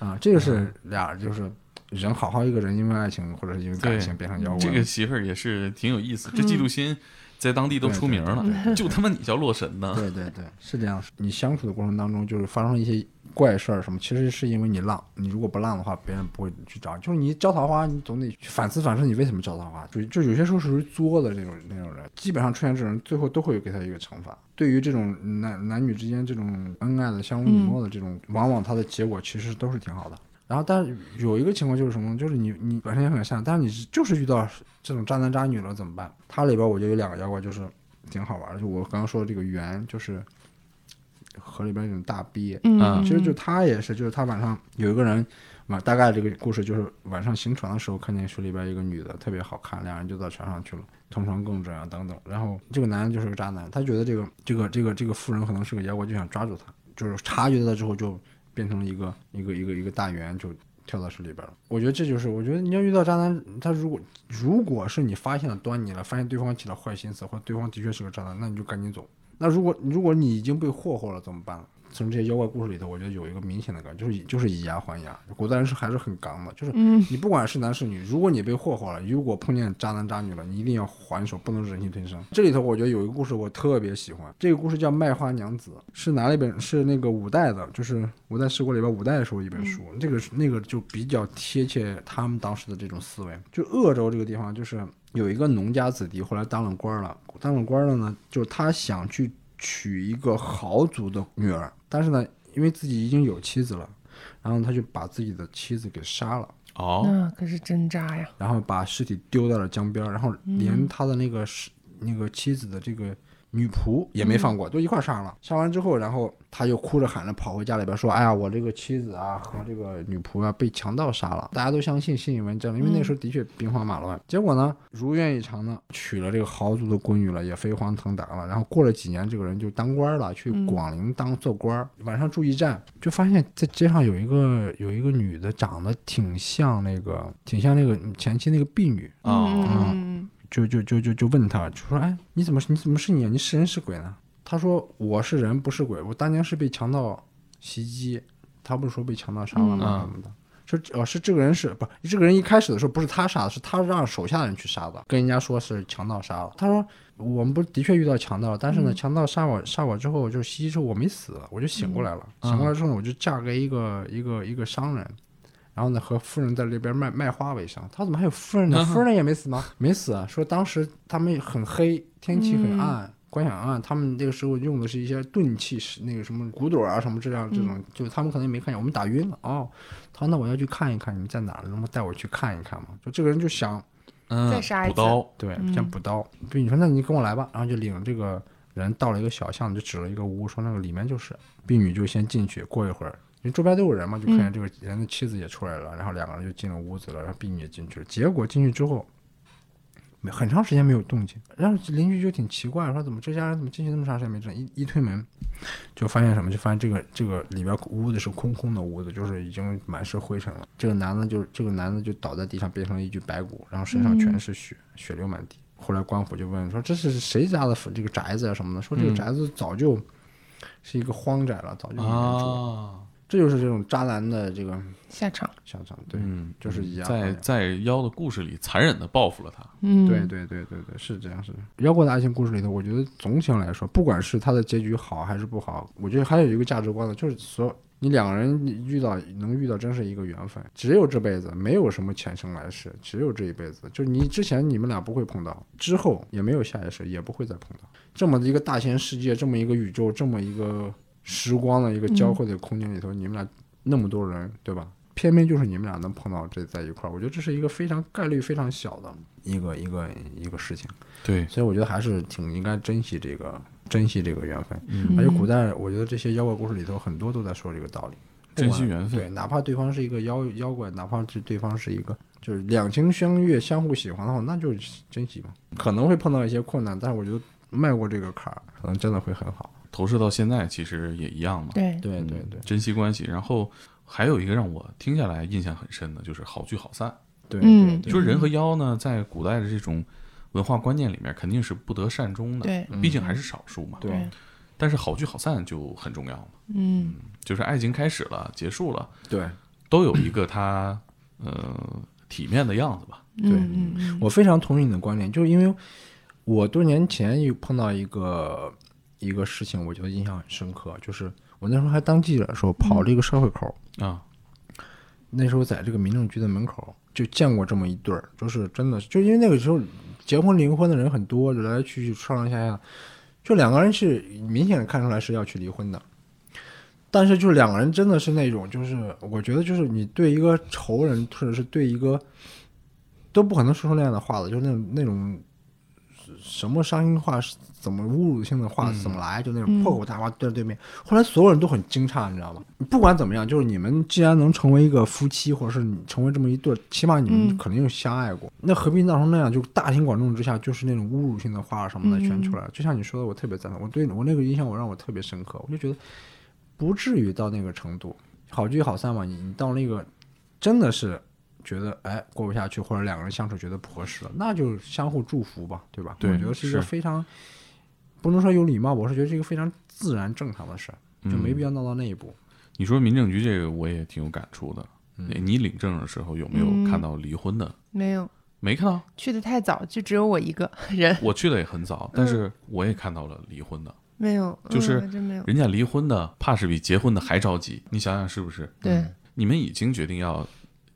啊，这个是嗯俩，就是人好好一个人，因为爱情或者是因为感情变成妖怪。这个媳妇儿也是挺有意思，嗯这嫉妒心在当地都出名了，就他妈你叫洛神呢，对对对，是这样。你相处的过程当中，就是发生一些怪事儿什么，其实是因为你浪。你如果不浪的话，别人不会去找你。就是你招桃花，你总得去反思反思，你为什么招桃花？就就有些时候属于作的那种那种人，基本上出现这种人，最后都会给他一个惩罚。对于这种男男女之间这种恩爱的相濡以沫的这种，往往它的结果其实都是挺好的。然后，但是有一个情况就是什么呢？就是你你本身也很善良，但是你是就是遇到这种渣男渣女了怎么办？它里边我觉得有两个妖怪，就是挺好玩儿的。就我刚刚说的这个猿，就是河里边那种大鳖，啊嗯，其实就他也是，就是他晚上有一个人晚，大概这个故事就是晚上行船的时候看见水里边一个女的特别好看，两人就到船上去了，同床共枕啊等等。然后这个男人就是个渣男，他觉得这个这个这个这个妇人可能是个妖怪，就想抓住她，就是察觉到之后就变成了一个一个一个一个大圆就。跳到水里边了，我觉得这就是，我觉得你要遇到渣男，他如果如果是你发现了端倪了，发现对方起了坏心思，或者对方的确是个渣男，那你就赶紧走。那如果如果你已经被霍霍了，怎么办？从这些妖怪故事里头，我觉得有一个明显的感觉，就是以就是以牙还牙。古代人是还是很刚的，就是你不管是男是女，如果你被霍霍了，如果碰见渣男渣女了，你一定要还手，不能忍气吞声。这里头我觉得有一个故事我特别喜欢，这个故事叫《卖花娘子》，是哪里本？是那个五代的，就是五代十国里边五代的时候一本书，这个是那个就比较贴切他们当时的这种思维。就鄂州这个地方，就是有一个农家子弟，后来当了官了，当了官了呢，就是他想去娶一个豪族的女儿，但是呢，因为自己已经有妻子了，然后他就把自己的妻子给杀了，哦，那可是真渣呀！然后把尸体丢到了江边儿，然后连他的那个尸、那个妻子的这个女仆也没放过，都一块儿杀了。杀完之后，然后他又哭着喊着跑回家里边说：“哎呀，我这个妻子啊和这个女仆啊被强盗杀了。”大家都相信，信以为真了，因为那时候的确兵荒马乱。结果呢，如愿以偿呢，娶了这个豪族的闺女了，也飞黄腾达了。然后过了几年，这个人就当官了，去嗯广陵当做官儿。晚上住驿站，就发现在街上有一个有一个女的，长得挺像那个挺像那个嗯前妻那个婢女，啊，嗯就就就就就问他，就说：“哎，你怎么是你怎么是你啊？你是人是鬼呢？”他说：“我是人，不是鬼。我当年是被强盗袭击，他不是说被强盗杀了嗯吗？什么的。说哦，是这个人是不？这个人一开始的时候不是他杀的，是他让手下人去杀的，跟人家说是强盗杀了。他说我们不是的确遇到强盗了，但是嗯呢，强盗杀我杀我之后，就是袭击之后我没死，我就醒过来了。嗯醒过来之后呢，我就嫁给一个一个一个商人，然后呢，和夫人在那边卖卖花为生。他怎么还有夫人呢？嗯夫人也没死吗？没死啊。说当时他们很黑，天气很暗，光想暗，他们那个时候用的是一些钝器，是那个什么骨朵啊什么这样这种，就他们可能也没看见，我们打晕了哦。他说那我要去看一看你们在哪儿，能不能带我去看一看嘛？就这个人就想嗯，再杀一补次刀，对，嗯先补刀。对，你说那你跟我来吧，然后就领这个人到了一个小巷，就指了一个屋，说那个里面就是。婢女就先进去，过一会儿，因为周边都有人嘛，就看见这个人的妻子也出来了，然后两个人就进了屋子了，然后婢女也进去了。结果进去之后，没很长时间没有动静，然后邻居就挺奇怪，说怎么这家人怎么进去那么长时间没动静？一一推门，就发现什么？就发现这个这个里边屋子是空空的屋子，就是已经满是灰尘了。这个男的就这个男的就倒在地上，变成了一具白骨，然后身上全是血，血流满地。后来官府就问说这是谁家的这个宅子啊什么的？说这个嗯宅子早就。是一个荒宅了，早嗯就没人住了。啊，这就是这种渣男的这个下场，想象，对，嗯，就是一样。啊在在妖的故事里残忍的报复了他，嗯，对对对对对，是这样是这样。妖怪的爱情故事里头，我觉得总体上来说，不管是它的结局好还是不好，我觉得还有一个价值观呢，就是所有你两个人遇到能遇到，真是一个缘分，只有这辈子，没有什么前生来世，只有这一辈子。就是你之前你们俩不会碰到，之后也没有下一世，也不会再碰到。这么一个大千世界，这么一个宇宙，这么一个时光的一个交汇的空间里头，你们俩那么多人，对吧？偏偏就是你们俩能碰到这在一块儿，我觉得这是一个非常概率非常小的一个一个一个事情，对，所以我觉得还是挺应该珍惜这个珍惜这个缘分。嗯而且古代，我觉得这些妖怪故事里头很多都在说这个道理，珍惜缘分，对，哪怕对方是一个妖妖怪，哪怕是对方是一个就是两情相悦、相互喜欢的话，那就珍惜吧。可能会碰到一些困难，但是我觉得迈过这个坎儿，可能真的会很好。投射到现在其实也一样嘛，对，对对嗯对珍惜关系。然后还有一个让我听下来印象很深的，就是好聚好散。对嗯对就是人和妖呢，在古代的这种文化观念里面，肯定是不得善终的，对毕竟还是少数嘛。对但是好聚好散就很重要嘛，嗯，就是爱情开始了，结束了，对。都有一个它呃体面的样子吧。对嗯嗯我非常同意你的观点，就是因为我多年前有碰到一个一个事情，我觉得印象很深刻，就是我那时候还当记者的时候跑这个社会口，啊，那时候在这个民政局的门口就见过这么一对儿，就是真的，就因为那个时候结婚离婚的人很多，来来去去上上下下，就两个人是明显看出来是要去离婚的，但是就两个人真的是那种，就是我觉得就是你对一个仇人或者是对一个都不可能说出那样的话的，就是那种那种什么伤心话是怎么侮辱性的话怎么来，就那种破口大骂对着对面。后来所有人都很惊诧，你知道吗？不管怎么样，就是你们既然能成为一个夫妻，或者是你成为这么一对儿，起码你们嗯肯定有相爱过，那何必闹成那样？就大庭广众之下，就是那种侮辱性的话什嗯么的全出来了。就像你说的，我特别赞同，我对我那个印象我让我特别深刻，我就觉得不至于到那个程度，好聚好散嘛。你你到那个真的是觉得哎过不下去，或者两个人相处觉得不合适了，那就相互祝福吧，对吧？对我觉得是一个是非常不能说有礼貌，我是觉得是一个非常自然正常的事儿，就没嗯必要闹到那一步。你说民政局这个我也挺有感触的。嗯你你领证的时候有没有嗯看到离婚的？没有没看到，去的太早，就只有我一个人， 我去的也很早，但是我也看到了离婚的。没有，就是嗯嗯真没有，人家离婚的怕是比结婚的还着急，你想想是不是？对，你们已经决定要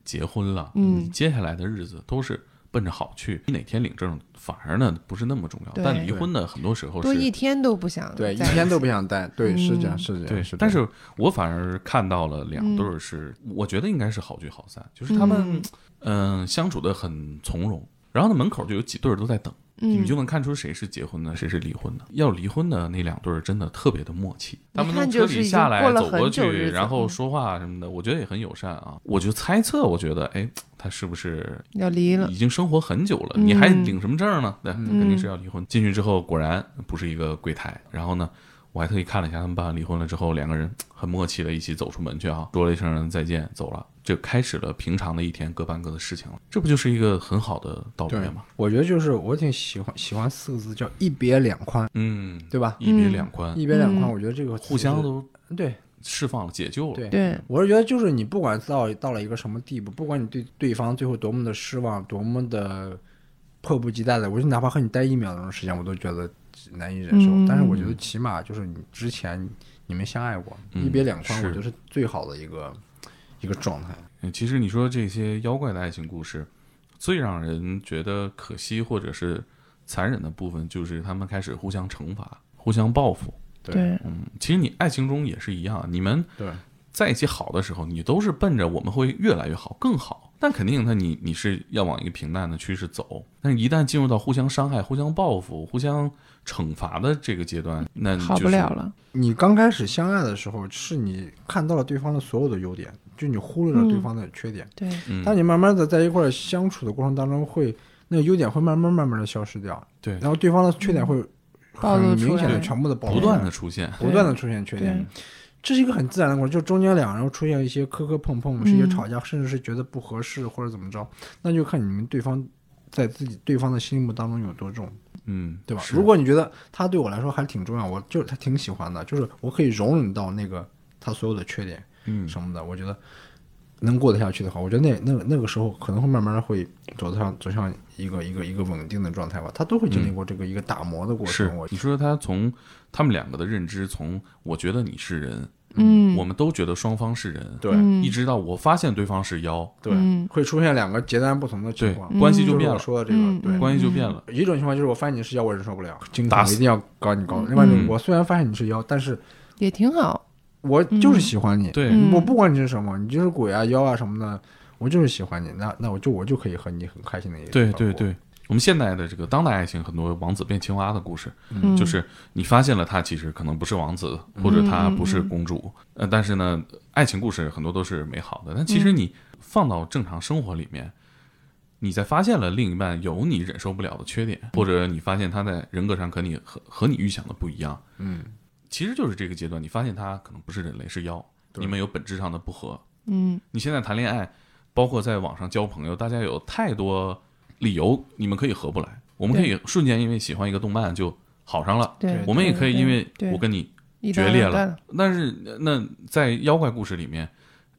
结婚了，嗯接下来的日子都是奔着好去。你哪天领证，反而呢不是那么重要。对但离婚呢，很多时候多一是天都不想对，一在天都不想待。对，是这样，嗯是这样，对是这样。但是我反而看到了两对嗯嗯儿是，我觉得应该是好聚好散，就是他们嗯、相处的很从容。然后呢，门口就有几对儿都在等，你嗯们就能看出谁是结婚的，谁是离婚的。要离婚的那两对儿真的特别的默契，他们从车里下来一看就走是已经过过了很久去，日子嗯然后说话什么的，我觉得也很友善啊。我就猜测，我觉得，哎，他是不是嗯要离了已，经生活很久了，嗯你还领什么证儿呢？对，肯定是要离婚。进去之后，果然不是一个柜台。然后呢，我还特意看了一下他们办完离婚了之后，两个人很默契的一起走出门去啊，说了一声再见，走了。这开始了平常的一天各办各的事情了，这不就是一个很好的道别对吗？，我觉得就是我挺喜欢喜欢四个字叫一别两宽，嗯，对吧？一别两宽，一别两宽，嗯我觉得这个词互相是都对释放了，解救了。对对，我是觉得，就是你不管到到了一个什么地步，不管你对对方最后多么的失望，多么的迫不及待的，我就哪怕和你待一秒钟的时间，我都觉得难以忍受。嗯但是我觉得，起码就是你之前你们相爱过，嗯一别两宽，是我觉得是最好的一个一个状态。嗯其实你说这些妖怪的爱情故事，最让人觉得可惜或者是残忍的部分，就是他们开始互相惩罚、互相报复。对，嗯，其实你爱情中也是一样，你们对，在一起好的时候，你都是奔着我们会越来越好、更好。但肯定，他你你是要往一个平淡的趋势走。但一旦进入到互相伤害、互相报复、互相惩罚的这个阶段，那你好就不是了。了，你刚开始相爱的时候，是你看到了对方的所有的优点，就你忽略了对嗯方的缺点。对，嗯，当你慢慢的在一块儿相处的过程当中会，那个优点会慢慢慢慢的消失掉，对然后对方的缺点会嗯暴很露出明显的来全部的暴露不出来断的出现。不断的出现缺对点，这是一个很自然的过程，就中间两人出现一些磕磕碰碰，是一些嗯吵架，甚至是觉得不合适或者怎么着，那就看你们对方在自己对方的心目当中有多重，嗯，对吧？是如果你觉得他对我来说还挺重要，我就是他挺喜欢的，就是我可以容忍到那个他所有的缺点，嗯什么的，我觉得能过得下去的话，我觉得那那那个时候可能会慢慢的会走向走向一个一个一个稳定的状态吧。他都会经历过这个一个打磨的过程，嗯是我你说他从他们两个的认知，从我觉得你是人，嗯，我们都觉得双方是人，对嗯一直到我发现对方是妖，对、嗯会出现两个截然不同的情对况，，关系就就是变我了，说的这个、嗯对。关系就变了。一种情况就是我发现你是妖，我忍受不了，惊恐打我死一定要搞你搞。另外一种，嗯我虽然发现你是妖，但是也挺好，我就是喜欢你，对，嗯我不管你是什么，你就是鬼啊、妖啊什么的，我就是喜欢你。那那我就我就可以和你很开心的一起对生对活，对，我们现代的这个当代爱情，很多王子变青蛙的故事，嗯就是你发现了他其实可能不是王子，或者他不是公主，呃，但是呢，爱情故事很多都是美好的，但其实你放到正常生活里面。你在发现了另一半有你忍受不了的缺点，或者你发现他在人格上和你和和你预想的不一样，嗯，其实就是这个阶段，你发现他可能不是人类，是妖，你们有本质上的不合，嗯你现在谈恋爱，包括在网上交朋友，大家有太多理由，你们可以合不来。我们可以瞬间因为喜欢一个动漫就好上了，对，我们也可以因为对我跟你一刀决裂两断了。但是那在妖怪故事里面，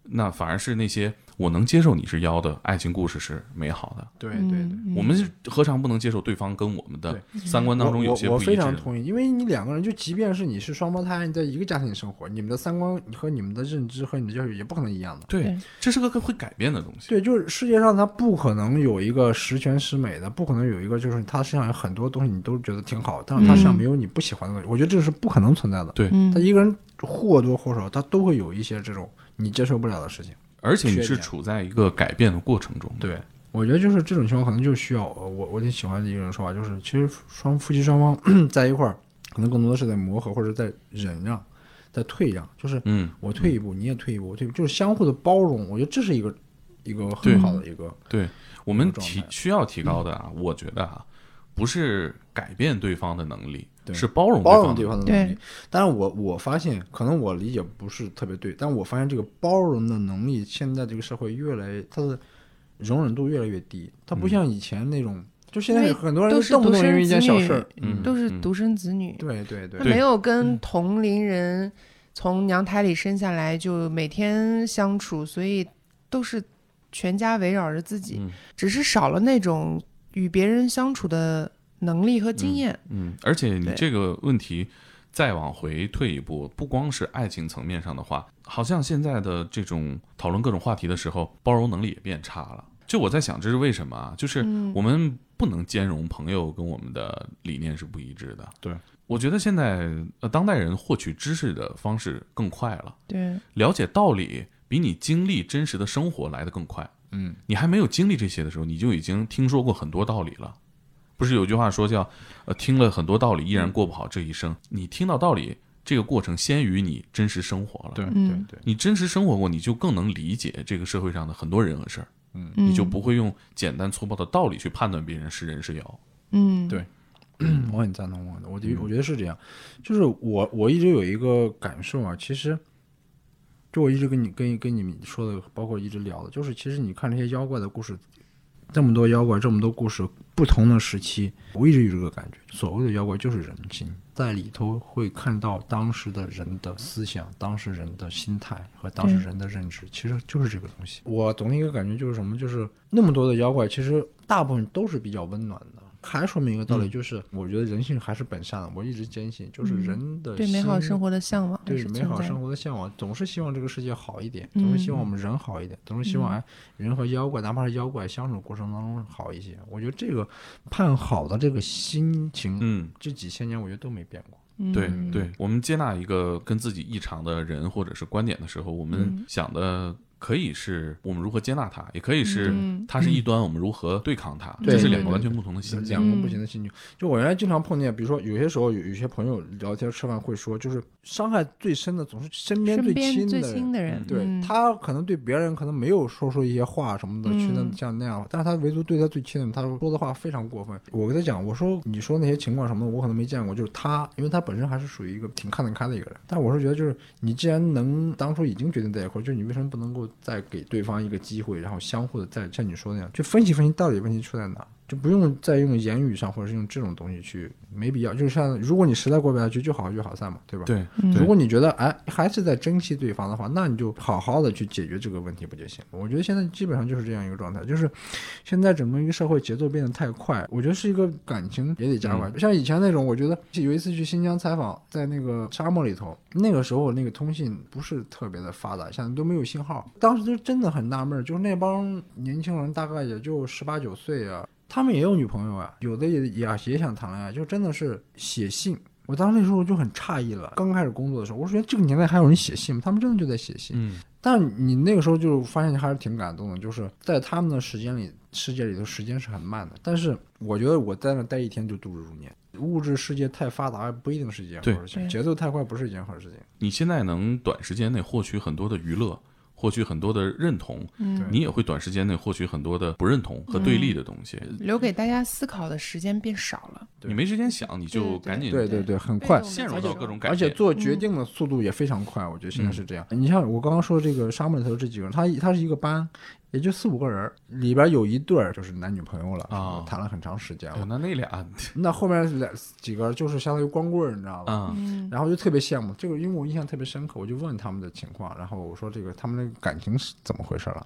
那反而是那些我能接受你是妖的爱情故事是美好的。对对对。嗯，我们是何尝不能接受对方跟我们的三观当中有些嗯我我不我一致非常同意，因为你两个人就即便是你是双胞胎，你在一个家庭里生活，你们的三观和你们的认知和你的教育也不可能一样的。对对，这是个会改变的东西。对，就是世界上它不可能有一个十全十美的，不可能有一个就是他身上有很多东西你都觉得挺好，但是他身嗯上没有你不喜欢的东西，我觉得这个是不可能存在的。对，嗯他一个人或多或少他都会有一些这种你接受不了的事情。而且你缺是点处在一个改变的过程中的。对，我觉得就是这种情况，可能就需要呃我我挺喜欢的一个人说法，就是其实双夫妻双方 在一块儿，可能更多的是在磨合或者在忍让，在退让，就是嗯，我退一步，你也退一步，我退一步，就是相互的包容。我觉得这是一个一个对很好的一个对我们种状提态嗯需要提高的啊，我觉得啊，不是改变对方的能力，对是包容包容对对方的能力。方的对能力。但是我我发现，可能我理解不是特别对，但我发现这个包容的能力，现在这个社会越来它的容忍度越来越低，它嗯不像以前那种，就现因在为很多人都就是动不独动因生为一件子小女事儿，嗯都是独生子女，对嗯对对他。没有跟同龄人从娘胎里生下来就每天相处，所以都是全家围绕着自己，嗯只是少了那种与别人相处的能力和经验。嗯，而且你对这个问题再往回退一步，不光是爱情层面上的话，好像现在的这种讨论各种话题的时候，包容能力也变差了。就我在想，这是为什么啊？就是嗯我们不能兼容朋友跟我们的理念是不一致的。对，我觉得现在呃，当代人获取知识的方式更快了。对，了解道理比你经历真实的生活来得更快。嗯，你还没有经历这些的时候，你就已经听说过很多道理了。不是有句话说叫“呃，听了很多道理，依然过不好这一生”。你听到道理，这个过程先于你真实生活了。对对嗯 对，你真实生活过，你就更能理解这个社会上的很多人和事儿，嗯你就不会用简单粗暴的道理去判断别人是人是妖。嗯对嗯我很赞同，我很我的我觉得是这样，就是我我一直有一个感受啊，其实，就我一直跟你跟跟你们说的，包括一直聊的，就是其实你看这些妖怪的故事，这么多妖怪，这么多故事，不同的时期，我一直有这个感觉，所谓的妖怪就是人精，在里头会看到当时的人的思想、当时人的心态和当时对人的认知，其实就是这个东西。我总的一个感觉就是什么，就是那么多的妖怪，其实大部分都是比较温暖的。还说明一个道理，就是我觉得人性还是本善的，我一直坚信，就是嗯人的对美好心生活的向往还对是美存好在生的嗯活的向往，总是希望这个世界好一点，总是希望我们人好一点，总是希望哎人和妖怪，哪怕是妖怪相处过程当中好一些。我觉得这个盼好的这个心情，嗯，这几千年我觉得都没变过。对嗯对，我们接纳一个跟自己异常的人或者是观点的时候，我们嗯想的可以是我们如何接纳它，也可以是嗯它是异端，我们如何对抗它，对这是两个对对完全不同的心境。两个不嗯行的心情，就我原来经常碰见，比如说有些时候有有些朋友聊天吃饭会说，就是伤害最深的总是身边身最边亲的最人。亲的人，对、嗯他可能对别人可能没有说出一些话什么的，去那嗯像那样，但是他唯独对他最亲的人，他说的话非常过分。我跟他讲，我说你说那些情况什么的，我可能没见过，就是他，因为他本身还是属于一个挺看得开的一个人。但我是觉得，就是你既然能当初已经决定在一块儿，就你为什么不能够再给对方一个机会，然后相互的再像你说那样去分析分析到底问题出在哪儿？就不用再用言语上，或者是用这种东西去，没必要。就是像，如果你实在过不下去，就好聚好散嘛，对吧？对，嗯如果你觉得哎还是在珍惜对方的话，那你就好好的去解决这个问题不就行了？我觉得现在基本上就是这样一个状态，就是现在整个一个社会节奏变得太快，我觉得是一个感情也得加快。像以前那种，我觉得有一次去新疆采访，在那个沙漠里头，那个时候那个通信不是特别的发达，现在都没有信号，当时就真的很纳闷儿，就是那帮年轻人大概也就十八九岁啊，他们也有女朋友啊，有的也也也想谈恋爱，就真的是写信。我当时那时候就很诧异了，刚开始工作的时候，我说哎这个年代还有人写信吗？他们真的就在写信。嗯但你那个时候就发现还是挺感动的，就是在他们的时间里，世界里头时间是很慢的。但是我觉得我在那待一天就度日如年，物质世界太发达不一定是一件好对事情，对节奏太快不是一件好事情。你现在能短时间内获取很多的娱乐，获取很多的认同，嗯，你也会短时间内获取很多的不认同和对嗯立的东西。留给大家思考的时间变少了，你没时间想，你就赶紧对对对，很快。陷入到各种感而觉。嗯且做决定的速度也非常快，我觉得现在是这样。你像我刚刚说这个沙漠里头这几个人，他他是一个班，也就四五个人儿，里边有一对儿就是男女朋友了，啊谈了很长时间哎呦了。那那俩，那后面两几个就是相当于光棍儿，你知道吧？嗯，嗯然后就特别羡慕这个，因为我印象特别深刻，我就问他们的情况，然后我说这个他们那个感情是怎么回事了？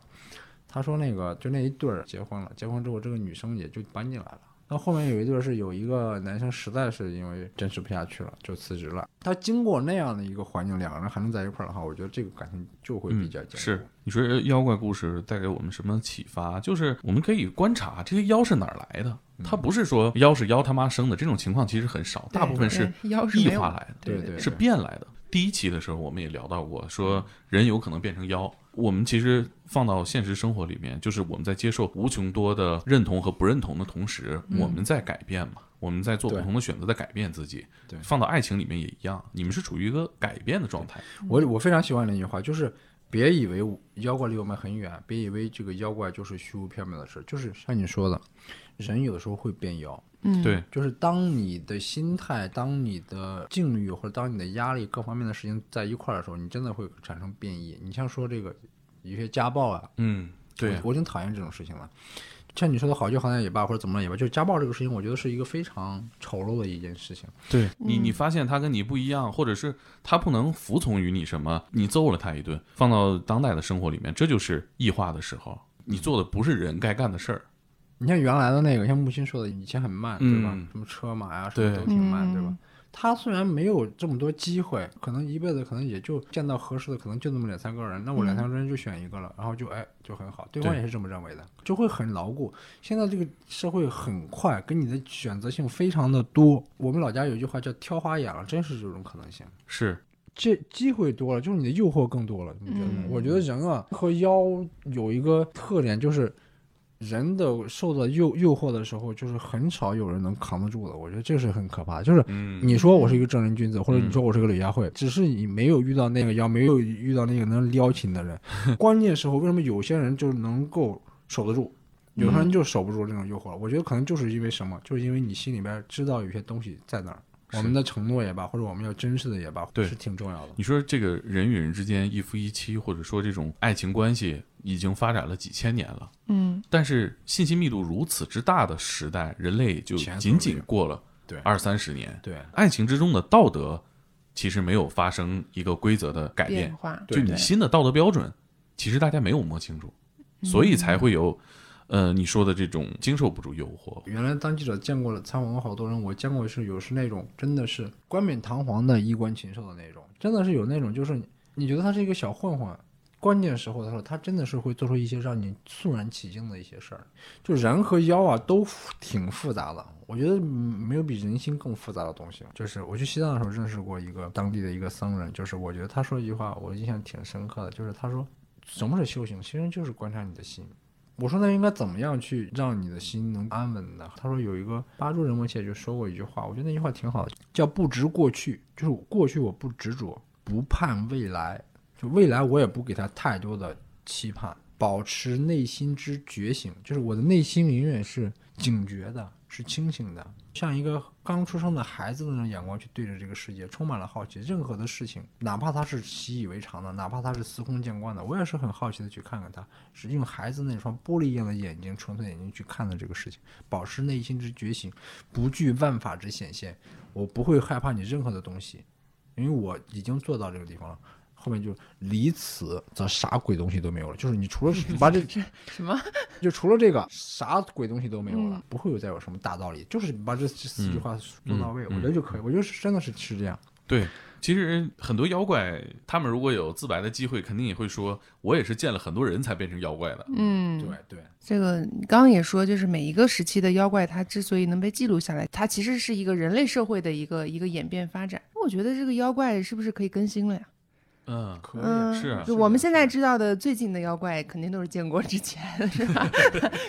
他说那个就那一对儿结婚了，结婚之后这个女生也就搬进来了。那后面有一对儿是有一个男生实在是因为坚持不下去了，就辞职了。他经过那样的一个环境，两个人还能在一块儿的话，我觉得这个感情就会比较嗯坚固。是，你说妖怪故事带给我们什么启发？就是我们可以观察这些妖是哪儿来的，嗯它不是说妖是妖他妈生的，这种情况其实很少，大部分是对妖是异没有化来的，对对对是变来的。第一期的时候我们也聊到过，说人有可能变成妖。我们其实放到现实生活里面，就是我们在接受无穷多的认同和不认同的同时，我们在改变嘛，我们在做不嗯对同的选择，在改变自己。对放到爱情里面也一样，你们是处于一个改变的状态。我我非常喜欢的一句话，就是别以为妖怪离我们很远，别以为这个妖怪就是虚无缥缈的事，就是像你说的，人有的时候会变妖。嗯对，就是当你的心态、当你的境遇或者当你的压力各方面的事情在一块儿的时候，你真的会产生变异。你像说这个有些家暴啊，嗯，对我，我挺讨厌这种事情了。像你说的好就好像也罢，或者怎么了也罢，就是家暴这个事情，我觉得是一个非常丑陋的一件事情。对你，你发现他跟你不一样，或者是他不能服从于你什么，你揍了他一顿，放到当代的生活里面，这就是异化的时候，你做的不是人该干的事儿。你像原来的那个，像木心说的，以前很慢，对吧？嗯什么车马呀、什么对都挺慢，对吧嗯？他虽然没有这么多机会，可能一辈子可能也就见到合适的，可能就那么两三个人，那我两三个人就选一个了，然后就哎就很好，对方对也是这么认为的，就会很牢固。现在这个社会很快，给你的选择性非常的多。我们老家有句话叫“挑花眼了”，真是这种可能性。是这机会多了，就是你的诱惑更多了，你觉得吗？嗯我觉得人啊和妖有一个特点，就是人的受到诱诱惑的时候，就是很少有人能扛得住的。我觉得这是很可怕的，就是嗯，你说我是一个正人君子，或者嗯你说我是个吕佳慧，只是你没有遇到那个妖，没有遇到那个能撩起你 的人。关键时候，为什么有些人就能够守得住，嗯有些人就守不住这种诱惑？我觉得可能就是因为什么，就是因为你心里边知道有些东西在那儿。是我们的承诺也罢，或者我们要珍视的也罢，对是挺重要的。你说这个人与人之间一夫一妻，或者说这种爱情关系，已经发展了几千年了。嗯，但是信息密度如此之大的时代，人类就前所未仅有仅过了对二三十年，对，爱情之中的道德其实没有发生一个规则的改变变，化，就你新的道德标准，其实大家没有摸清楚，所以才会有，呃，你说的这种经受不住诱惑，原来当记者见过了采访过好多人，我见过是有是那种真的是冠冕堂皇的衣冠禽兽的那种，真的是有那种就是你你觉得他是一个小混混，关键时候他说他真的是会做出一些让你肃然起敬的一些事儿，就人和妖啊都复挺复杂的。我觉得嗯没有比人心更复杂的东西了。就是我去西藏的时候认识过一个当地的一个僧人，就是我觉得他说一句话我印象挺深刻的，就是他说什么是修行？修行就是观察你的心。我说那应该怎么样去让你的心能安稳呢？他说有一个巴珠仁波切就说过一句话，我觉得那句话挺好的，叫不执过去，就是我过去我不执着，不盼未来，就未来我也不给他太多的期盼，保持内心之觉醒，就是我的内心永远是警觉的，是清醒的，像一个刚出生的孩子的那种眼光去对着这个世界，充满了好奇。任何的事情，哪怕他是习以为常的，哪怕他是司空见惯的，我也是很好奇的去看看他，是用孩子那双玻璃一样的眼睛，纯粹眼睛去看待这个事情，保持内心之觉醒，不惧万法之显现。我不会害怕你任何的东西，因为我已经做到这个地方了。后面就离此，咱啥鬼东西都没有了。就是你除了把 这什么？嗯就除了这个，啥鬼东西都没有了，不会有再有什么大道理，就是你把这这四句话说到位，嗯我觉得就可以，我觉得是真的是是这样，对，其实很多妖怪，他们如果有自白的机会，肯定也会说，我也是见了很多人才变成妖怪的。嗯，对对这个你刚刚也说，就是每一个时期的妖怪，它之所以能被记录下来，它其实是一个人类社会的一个一个演变发展。我觉得这个妖怪是不是可以更新了呀？嗯，可嗯，是啊就我们现在知道的最近的妖怪，肯定都是建国之前，是吧？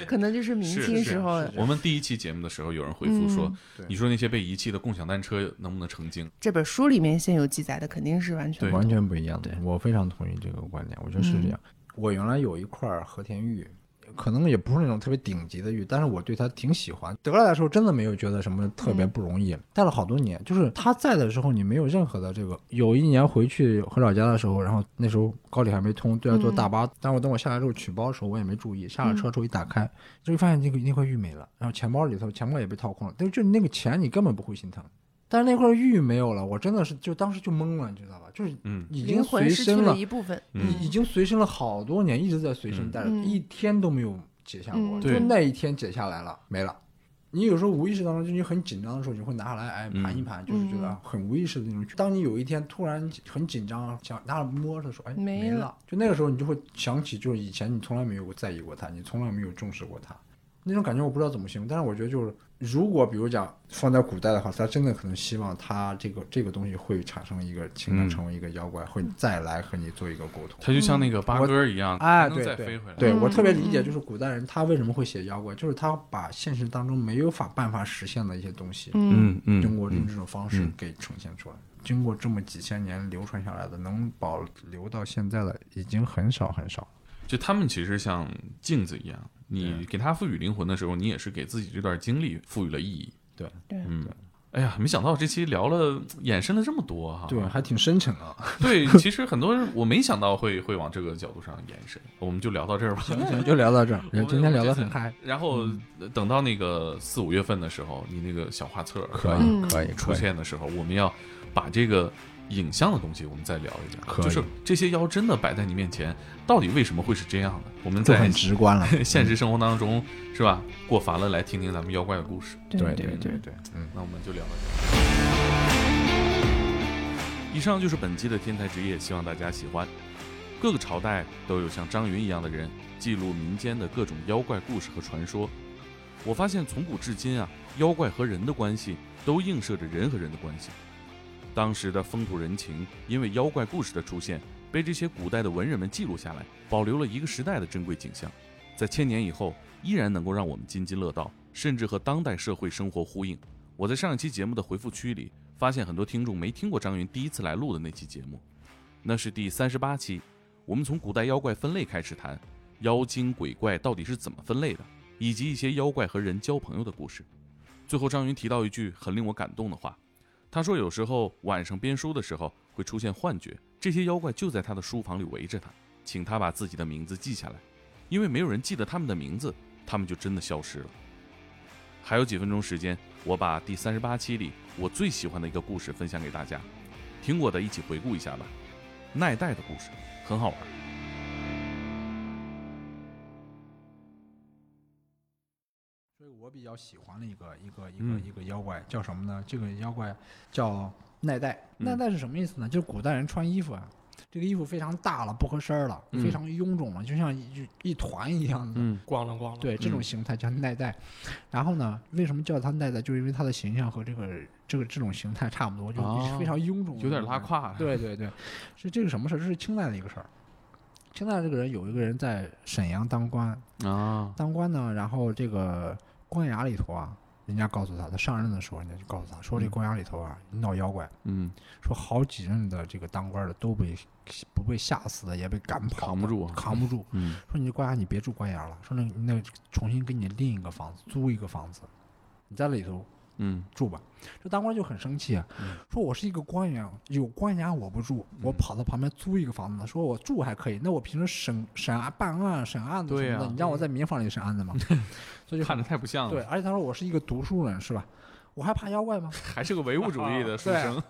可能就是明是清是时候了。我们第一期节目的时候，有人回复说嗯，对你说那些被遗弃的共享单车能不能成精？这本书里面现有记载的，肯定是完全对完全不一样的。嗯我非常同意这个观点，我觉得是这样。我原来有一块和田玉，可能也不是那种特别顶级的玉，但是我对它挺喜欢。得来的时候真的没有觉得什么特别不容易，戴了好多年。就是它在的时候，你没有任何的这个。有一年回去回老家的时候，然后那时候高铁还没通，都要坐大巴。但我等我下来之后取包的时候，我也没注意，下了车之后一打开，就发现那个那块玉没了，然后钱包里头钱包也被掏空了。但是就那个钱，你根本不会心疼。但是那块玉没有了，我真的是就当时就懵了，你知道吧？就是嗯已经灵魂随失去身了，一部分。嗯已已经随身了好多年，一直在随身带着，嗯一天都没有解下过。嗯就对那一天解下来了，没了。你有时候无意识当中，就你很紧张的时候，你会拿下来，哎，嗯盘一盘，就是觉得啊很无意识的那种。当你有一天突然很紧张，想拿着摸的时候，哎，没没了就那个时候你就会想起，就是以前你从来没有在意过它，你从来没有重视过它，那种感觉我不知道怎么形容。但是我觉得就是，如果比如讲放在古代的话，他真的可能希望他这个这个东西会产生一个情感，嗯成为一个妖怪，会再来和你做一个沟通。它就像那个八哥一样，哎，还能对再对飞回来。对嗯我特别理解，嗯就是古代人他为什么会写妖怪，就是他把现实当中没有法办法实现的一些东西，嗯嗯嗯，通过用这种方式嗯给呈现出来。经过这么几千年流传下来的，能保留到现在的已经很少很少。就他们其实像镜子一样，你给它赋予灵魂的时候，你也是给自己这段经历赋予了意义。对对嗯。哎呀，没想到这期聊了，呃衍生了这么多哈、对，还挺深沉啊。 对，其实很多人我没想到会会往这个角度上延伸，我们就聊到这儿吧。行嗯行，就聊到这儿我们，今天聊得我们这次很嗨，然后呃等到那个四五月份的时候，你那个小画册可以嗯可以出可以，现的时候，我们要把这个影像的东西我们再聊一聊，可以就是这些妖真的摆在你面前，到底为什么会是这样的？我们就在很直观 了。 现实生活当中是吧？过烦了来听听咱们妖怪的故事。对对对对对，嗯，那我们就聊到这儿。以上就是本期的天才职业，希望大家喜欢。各个朝代都有像张云一样的人，记录民间的各种妖怪故事和传说。我发现从古至今啊，妖怪和人的关系都映射着人和人的关系。当时的风土人情，因为妖怪故事的出现，被这些古代的文人们记录下来，保留了一个时代的珍贵景象，在千年以后依然能够让我们津津乐道，甚至和当代社会生活呼应。我在上一期节目的回复区里发现很多听众没听过张云第一次来录的那期节目，那是第三十八期，我们从古代妖怪分类开始谈，妖精鬼怪到底是怎么分类的，以及一些妖怪和人交朋友的故事。最后，张云提到一句很令我感动的话，他说有时候晚上编书的时候会出现幻觉，这些妖怪就在他的书房里围着他，请他把自己的名字记下来，因为没有人记得他们的名字，他们就真的消失了。还有几分钟时间，我把第三十八期里我最喜欢的一个故事分享给大家，听过的一起回顾一下吧。奈代的故事很好玩。所以我比较喜欢的一个一个一嗯个一个妖怪叫什么呢？这个妖怪叫耐带。嗯耐带是什么意思呢？就是古代人穿衣服啊，这个衣服非常大了，不合身儿了，嗯非常臃肿了，就像一就一团一样的。嗯逛了逛了，对，这种嗯形态叫耐带。然后呢，为什么叫它耐带？就是因为它的形象和这个这个这种形态差不多，就是哦非常臃肿，有点拉。胯、啊。，对对对，是这个什么事儿？这是清代的一个事儿。清代这个人有一个人在沈阳当官，啊，当官呢，然后这个官衙里头啊，人家告诉他，他上任的时候，人家就告诉他说，这嗯官衙里头啊闹妖怪，嗯，说好几任的这个当官的都被 不被吓死的，也被赶跑的，扛不住啊扛不住。嗯说你这官衙你别住官衙了，说那那重新给你另一个房子，租一个房子，你在里头嗯住吧。这当官就很生气啊，说我是一个官员，有官衙我不住，我跑到旁边租一个房子，说我住还可以，那我平时审审案办案、审案子对什么的，呀你让我在民房里审案子吗？所以就 看着太不像了。对，，而且他说我是一个读书人，是吧？我还怕妖怪吗？ 还是个唯物主义的书生。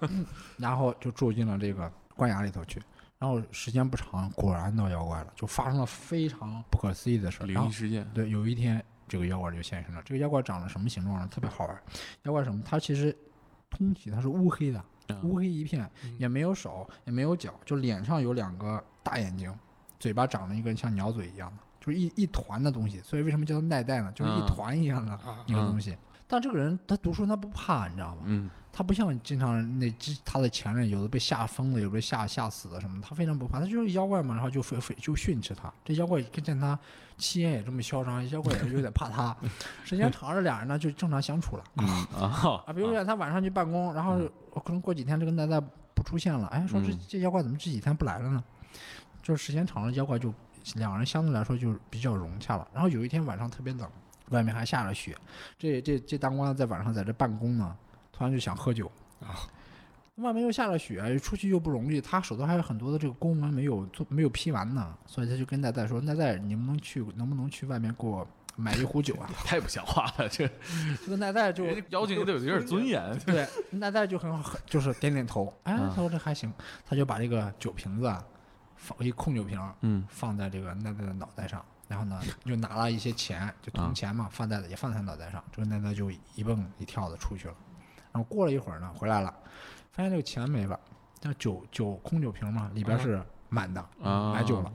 然后就住进了这个官衙里头去。然后时间不长，果然闹妖怪了，就发生了非常不可思议的 事儿。然灵后异事件，对，有一天这个妖怪就现身了。这个妖怪长了什么形状呢？特别好玩儿。妖怪什么？它其实通体它是乌黑的，啊乌黑一片，嗯也没有手，也没有脚，就脸上有两个大眼睛，嘴巴长了一个像鸟嘴一样的，就是一一团的东西。所以为什么叫它奈代呢？就是一嗯团一样的啊一个嗯东西。但这个人他读书他不怕，你知道吗？嗯他不像经常那之他的前任，有的被吓疯了，有的被吓吓死了什么，他非常不怕，他就是妖怪嘛，然后就非非就训斥他。这妖怪跟见他气焰也这么嚣张，妖怪也有点 怕他。时间长了，俩人呢就正常相处了嗯啊啊。比如说他晚上去办公，然后嗯我可能过几天这个奈奈不出现了，哎，说这嗯这妖怪怎么这几天不来了呢？就是时间长了，妖怪就两人相对来说就比较融洽了。然后有一天晚上特别冷，外面还下着雪，这这这当官的在晚上在这办公呢，突然就想喝酒啊。外面又下着雪，出去又不容易，他手头还有很多的这个公文没有做，没有批完呢，所以他就跟奈奈说：“奈奈，你们能去，能不能去外面给我买一壶酒啊 太不像话了，这？”这个奈奈就人家 妖精也得有点尊严。对，那他就很好，就是点点头，哎，嗯他说这还行，他就把这个酒瓶子啊放一空酒瓶儿嗯放在这个奈奈的脑袋上，然后呢就拿了一些钱，就啊铜钱嘛，放在也放在脑袋上，这个奈奈就一蹦一跳的出去了，然后过了一会儿呢回来了，发现这个钱没了，那酒酒空酒瓶嘛，里边是满的，啊，买酒了。。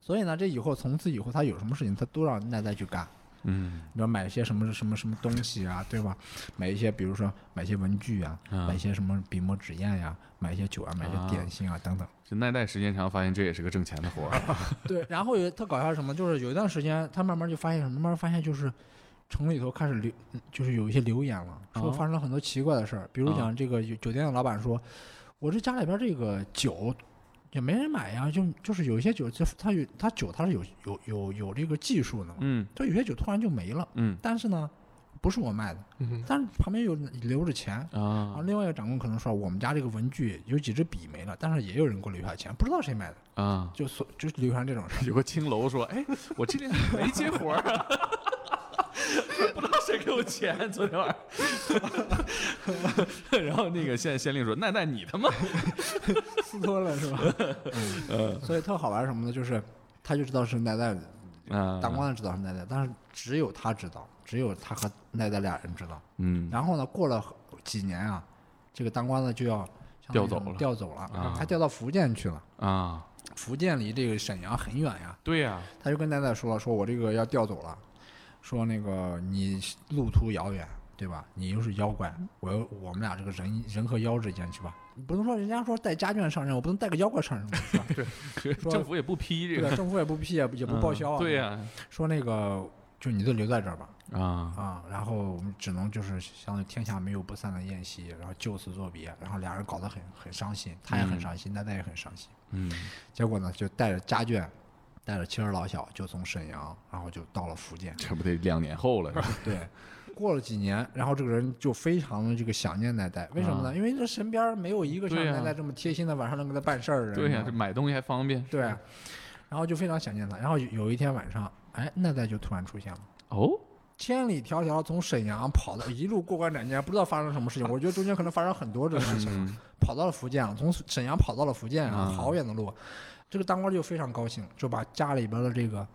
所以呢，这以后从此以后，他有什么事情，他都让奈奈去干。嗯你要买一些什么什么什么东西啊，对吧？买一些，比如说买一些文具啊，啊买一些什么笔墨纸砚呀、买一些酒啊，买一些点心啊等等。这奈代时间长，发现这也是个挣钱的 活儿。 对，然后有特搞笑是什么，就是有一段时间，他慢慢就发现什么，慢慢发现就是城里头开始流，就是有一些流言了，说哦发生了很多奇怪的事儿，比如讲这个酒酒店的老板说，我这家里边这个酒。也没人买呀，就就是有一些酒，就他有他酒他是有有有有这个技术的嘛，嗯就有些酒突然就没了，嗯但是呢，不是我卖的，嗯，但是旁边有留着钱。然啊后另外一个长官可能说，我们家这个文具有几支笔没了，但是也有人给我留下钱，不知道谁买的，啊！就所就流传这种事儿。有个青楼说：“哎，我这边没接活儿啊， 不知道谁给我钱，昨天晚上。” 然后那个县县令说：“奈奈，你他妈斯托了是吧？ 嗯，所以特好玩什么呢？就是他就知道是奈奈的，啊当官的知道是奈奈，但是只有他知道，只有他和奈奈俩人知道。嗯然后呢，过了几年啊，这个当官的就要相当调于走什么了调走了，啊他调到福建去了。啊，福建离这个沈阳很远呀，对呀，他就跟奈奈说了，说我这个要调走了，说那个你路途遥远，对吧？你又是妖怪，我又我们俩这个人人和妖之间去吧，你不能说人家说带家眷上任，我不能带个妖怪上任吧，是吧？ 说 政府也不批这对个吧？，政府也不批，也不也不报销啊。嗯对呀，说那个就你就留在这儿吧，啊，啊，然后我们只能就是相当于天下没有不散的宴席，然后就此作别，然后俩人搞得很很伤心，他也很伤心，奈奈也很伤心。嗯结果呢，就带着家眷，带着妻儿老小，就从沈阳，然后就到了福建。这不得两年后了？对， 过了几年，然后这个人就非常的这个想念奈奈，为什么呢？因为这身边没有一个像对呀奈奈这么贴心的晚上能给他办事儿的人。对呀，你知这道吗买东西还方便。对，啊然后就非常想念他。然后有有一天晚上，哎，奈奈就突然出现了。哦，千里迢迢从沈阳跑到一路过关斩将，不知道发生什么事情。我觉得中间可能发生很多这种事情， 跑到了福建，啊从沈阳跑到了福建啊，嗯好远的路。这个当官就非常高兴，就把家里边的这个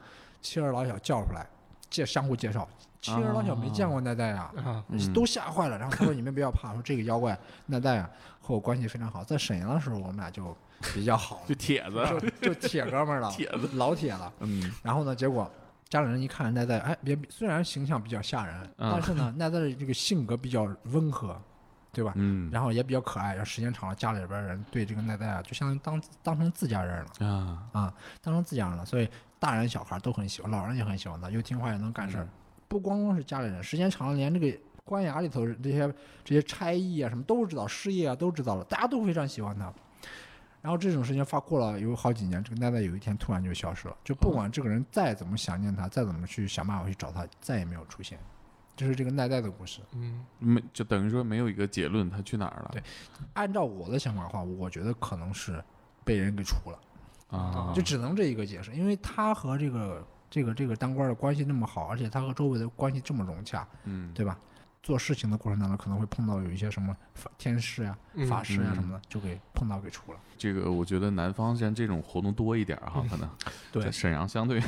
妻儿老小叫出来，介相互介绍。妻儿老小没见过奈奈啊，啊都吓坏了。然后他说：“你们不要怕，说这个妖怪奈奈啊和我关系非常好，在沈阳的时候我们俩就比较好 就帖子，了，就就铁哥们儿了，铁老铁了。”嗯然后呢，结果家里人一看奈奈，哎，别虽然形象比较吓人，嗯但是呢，奈奈的这个性格比较温和，对吧？嗯然后也比较可爱，然后时间长了，家里边人对这个奈奈啊，就相当于当当成自家人了啊，啊，当成自家人了，所以大人小孩都很喜欢，老人也很喜欢他，又听话又能干事儿。不光光是家里人，时间长了，连这个官衙里头这些这些差役啊什么都知道，师爷啊都知道了，大家都非常喜欢他。然后这种事情发过了有好几年，这个奈奈有一天突然就消失了，就不管这个人再怎么想念他，再怎么去想办法去找他，再也没有出现。这是这个奈奈的故事。嗯，没就等于说没有一个结论，他去哪儿了？对按照我的想法的话，我觉得可能是被人给除了，啊，就只能这一个解释，因为他和这个这个这个当官的关系那么好，而且他和周围的关系这么融洽，嗯对吧？做事情的过程当中可能会碰到有一些什么法天师啊、法师啊嗯什么的，就给碰到给除了。这个我觉得南方现在这种活动多一点儿哈，可能对在沈阳相对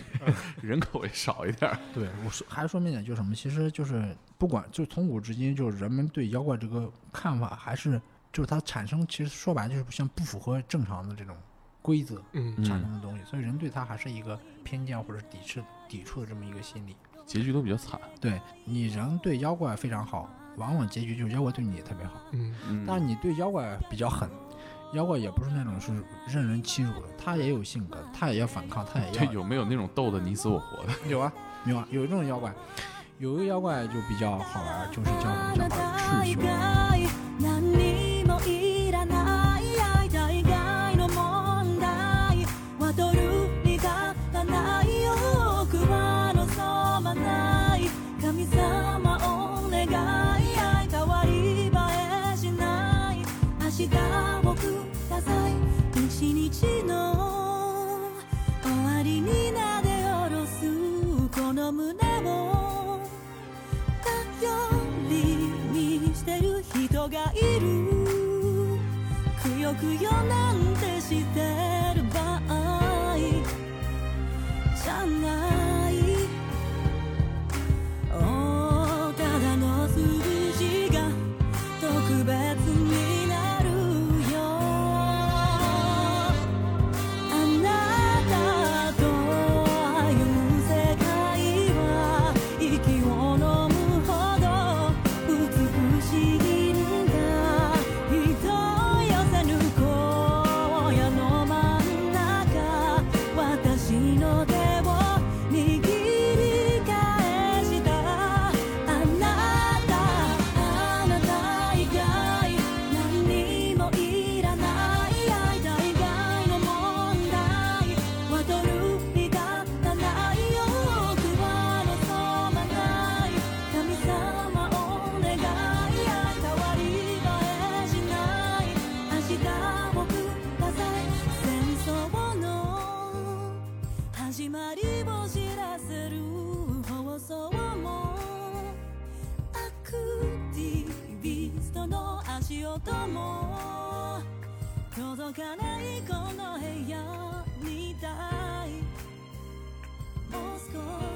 人口也少一点儿。对，我说还说明点就是什么，其实就是不管就从古至今，就是人们对妖怪这个看法还是就是它产生，其实说白了就是像不符合正常的这种规则嗯，产生的东西，所以人对它还是一个偏见或者抵触抵触的这么一个心理。结局都比较惨，对你人对妖怪非常好，往往结局就是妖怪对你也特别好，嗯，嗯但是你对妖怪比较狠。妖怪也不是那种是任人欺辱的，他也有性格，他也要反抗，他也 对要有没有那种斗得你死我活的？有啊，有啊，有这种妖怪，有一个妖怪就比较好玩儿，就是叫什么叫あなた赤以熊外。何にもいらない間以外の問題はドルに立たないよくは望まない神様お願い変わり映えしない明日をください一日の終わりになで下ろすこの胸を頼りにしてる人がいるくよくよなんてしてる場合じゃないおただの数字が特別になるよあなたと歩む世界は息を呑むほど美しいんだ人寄せぬ荒野の真ん中私の手を握り返したあなたあなた以外何にもいらない間以外の問題はドルに立たないよくは望まない神様お願い変わり映えしない明日をください戦争の始まりを知らせる放送もアクティビストの足音も届かないこの部屋みたいもう少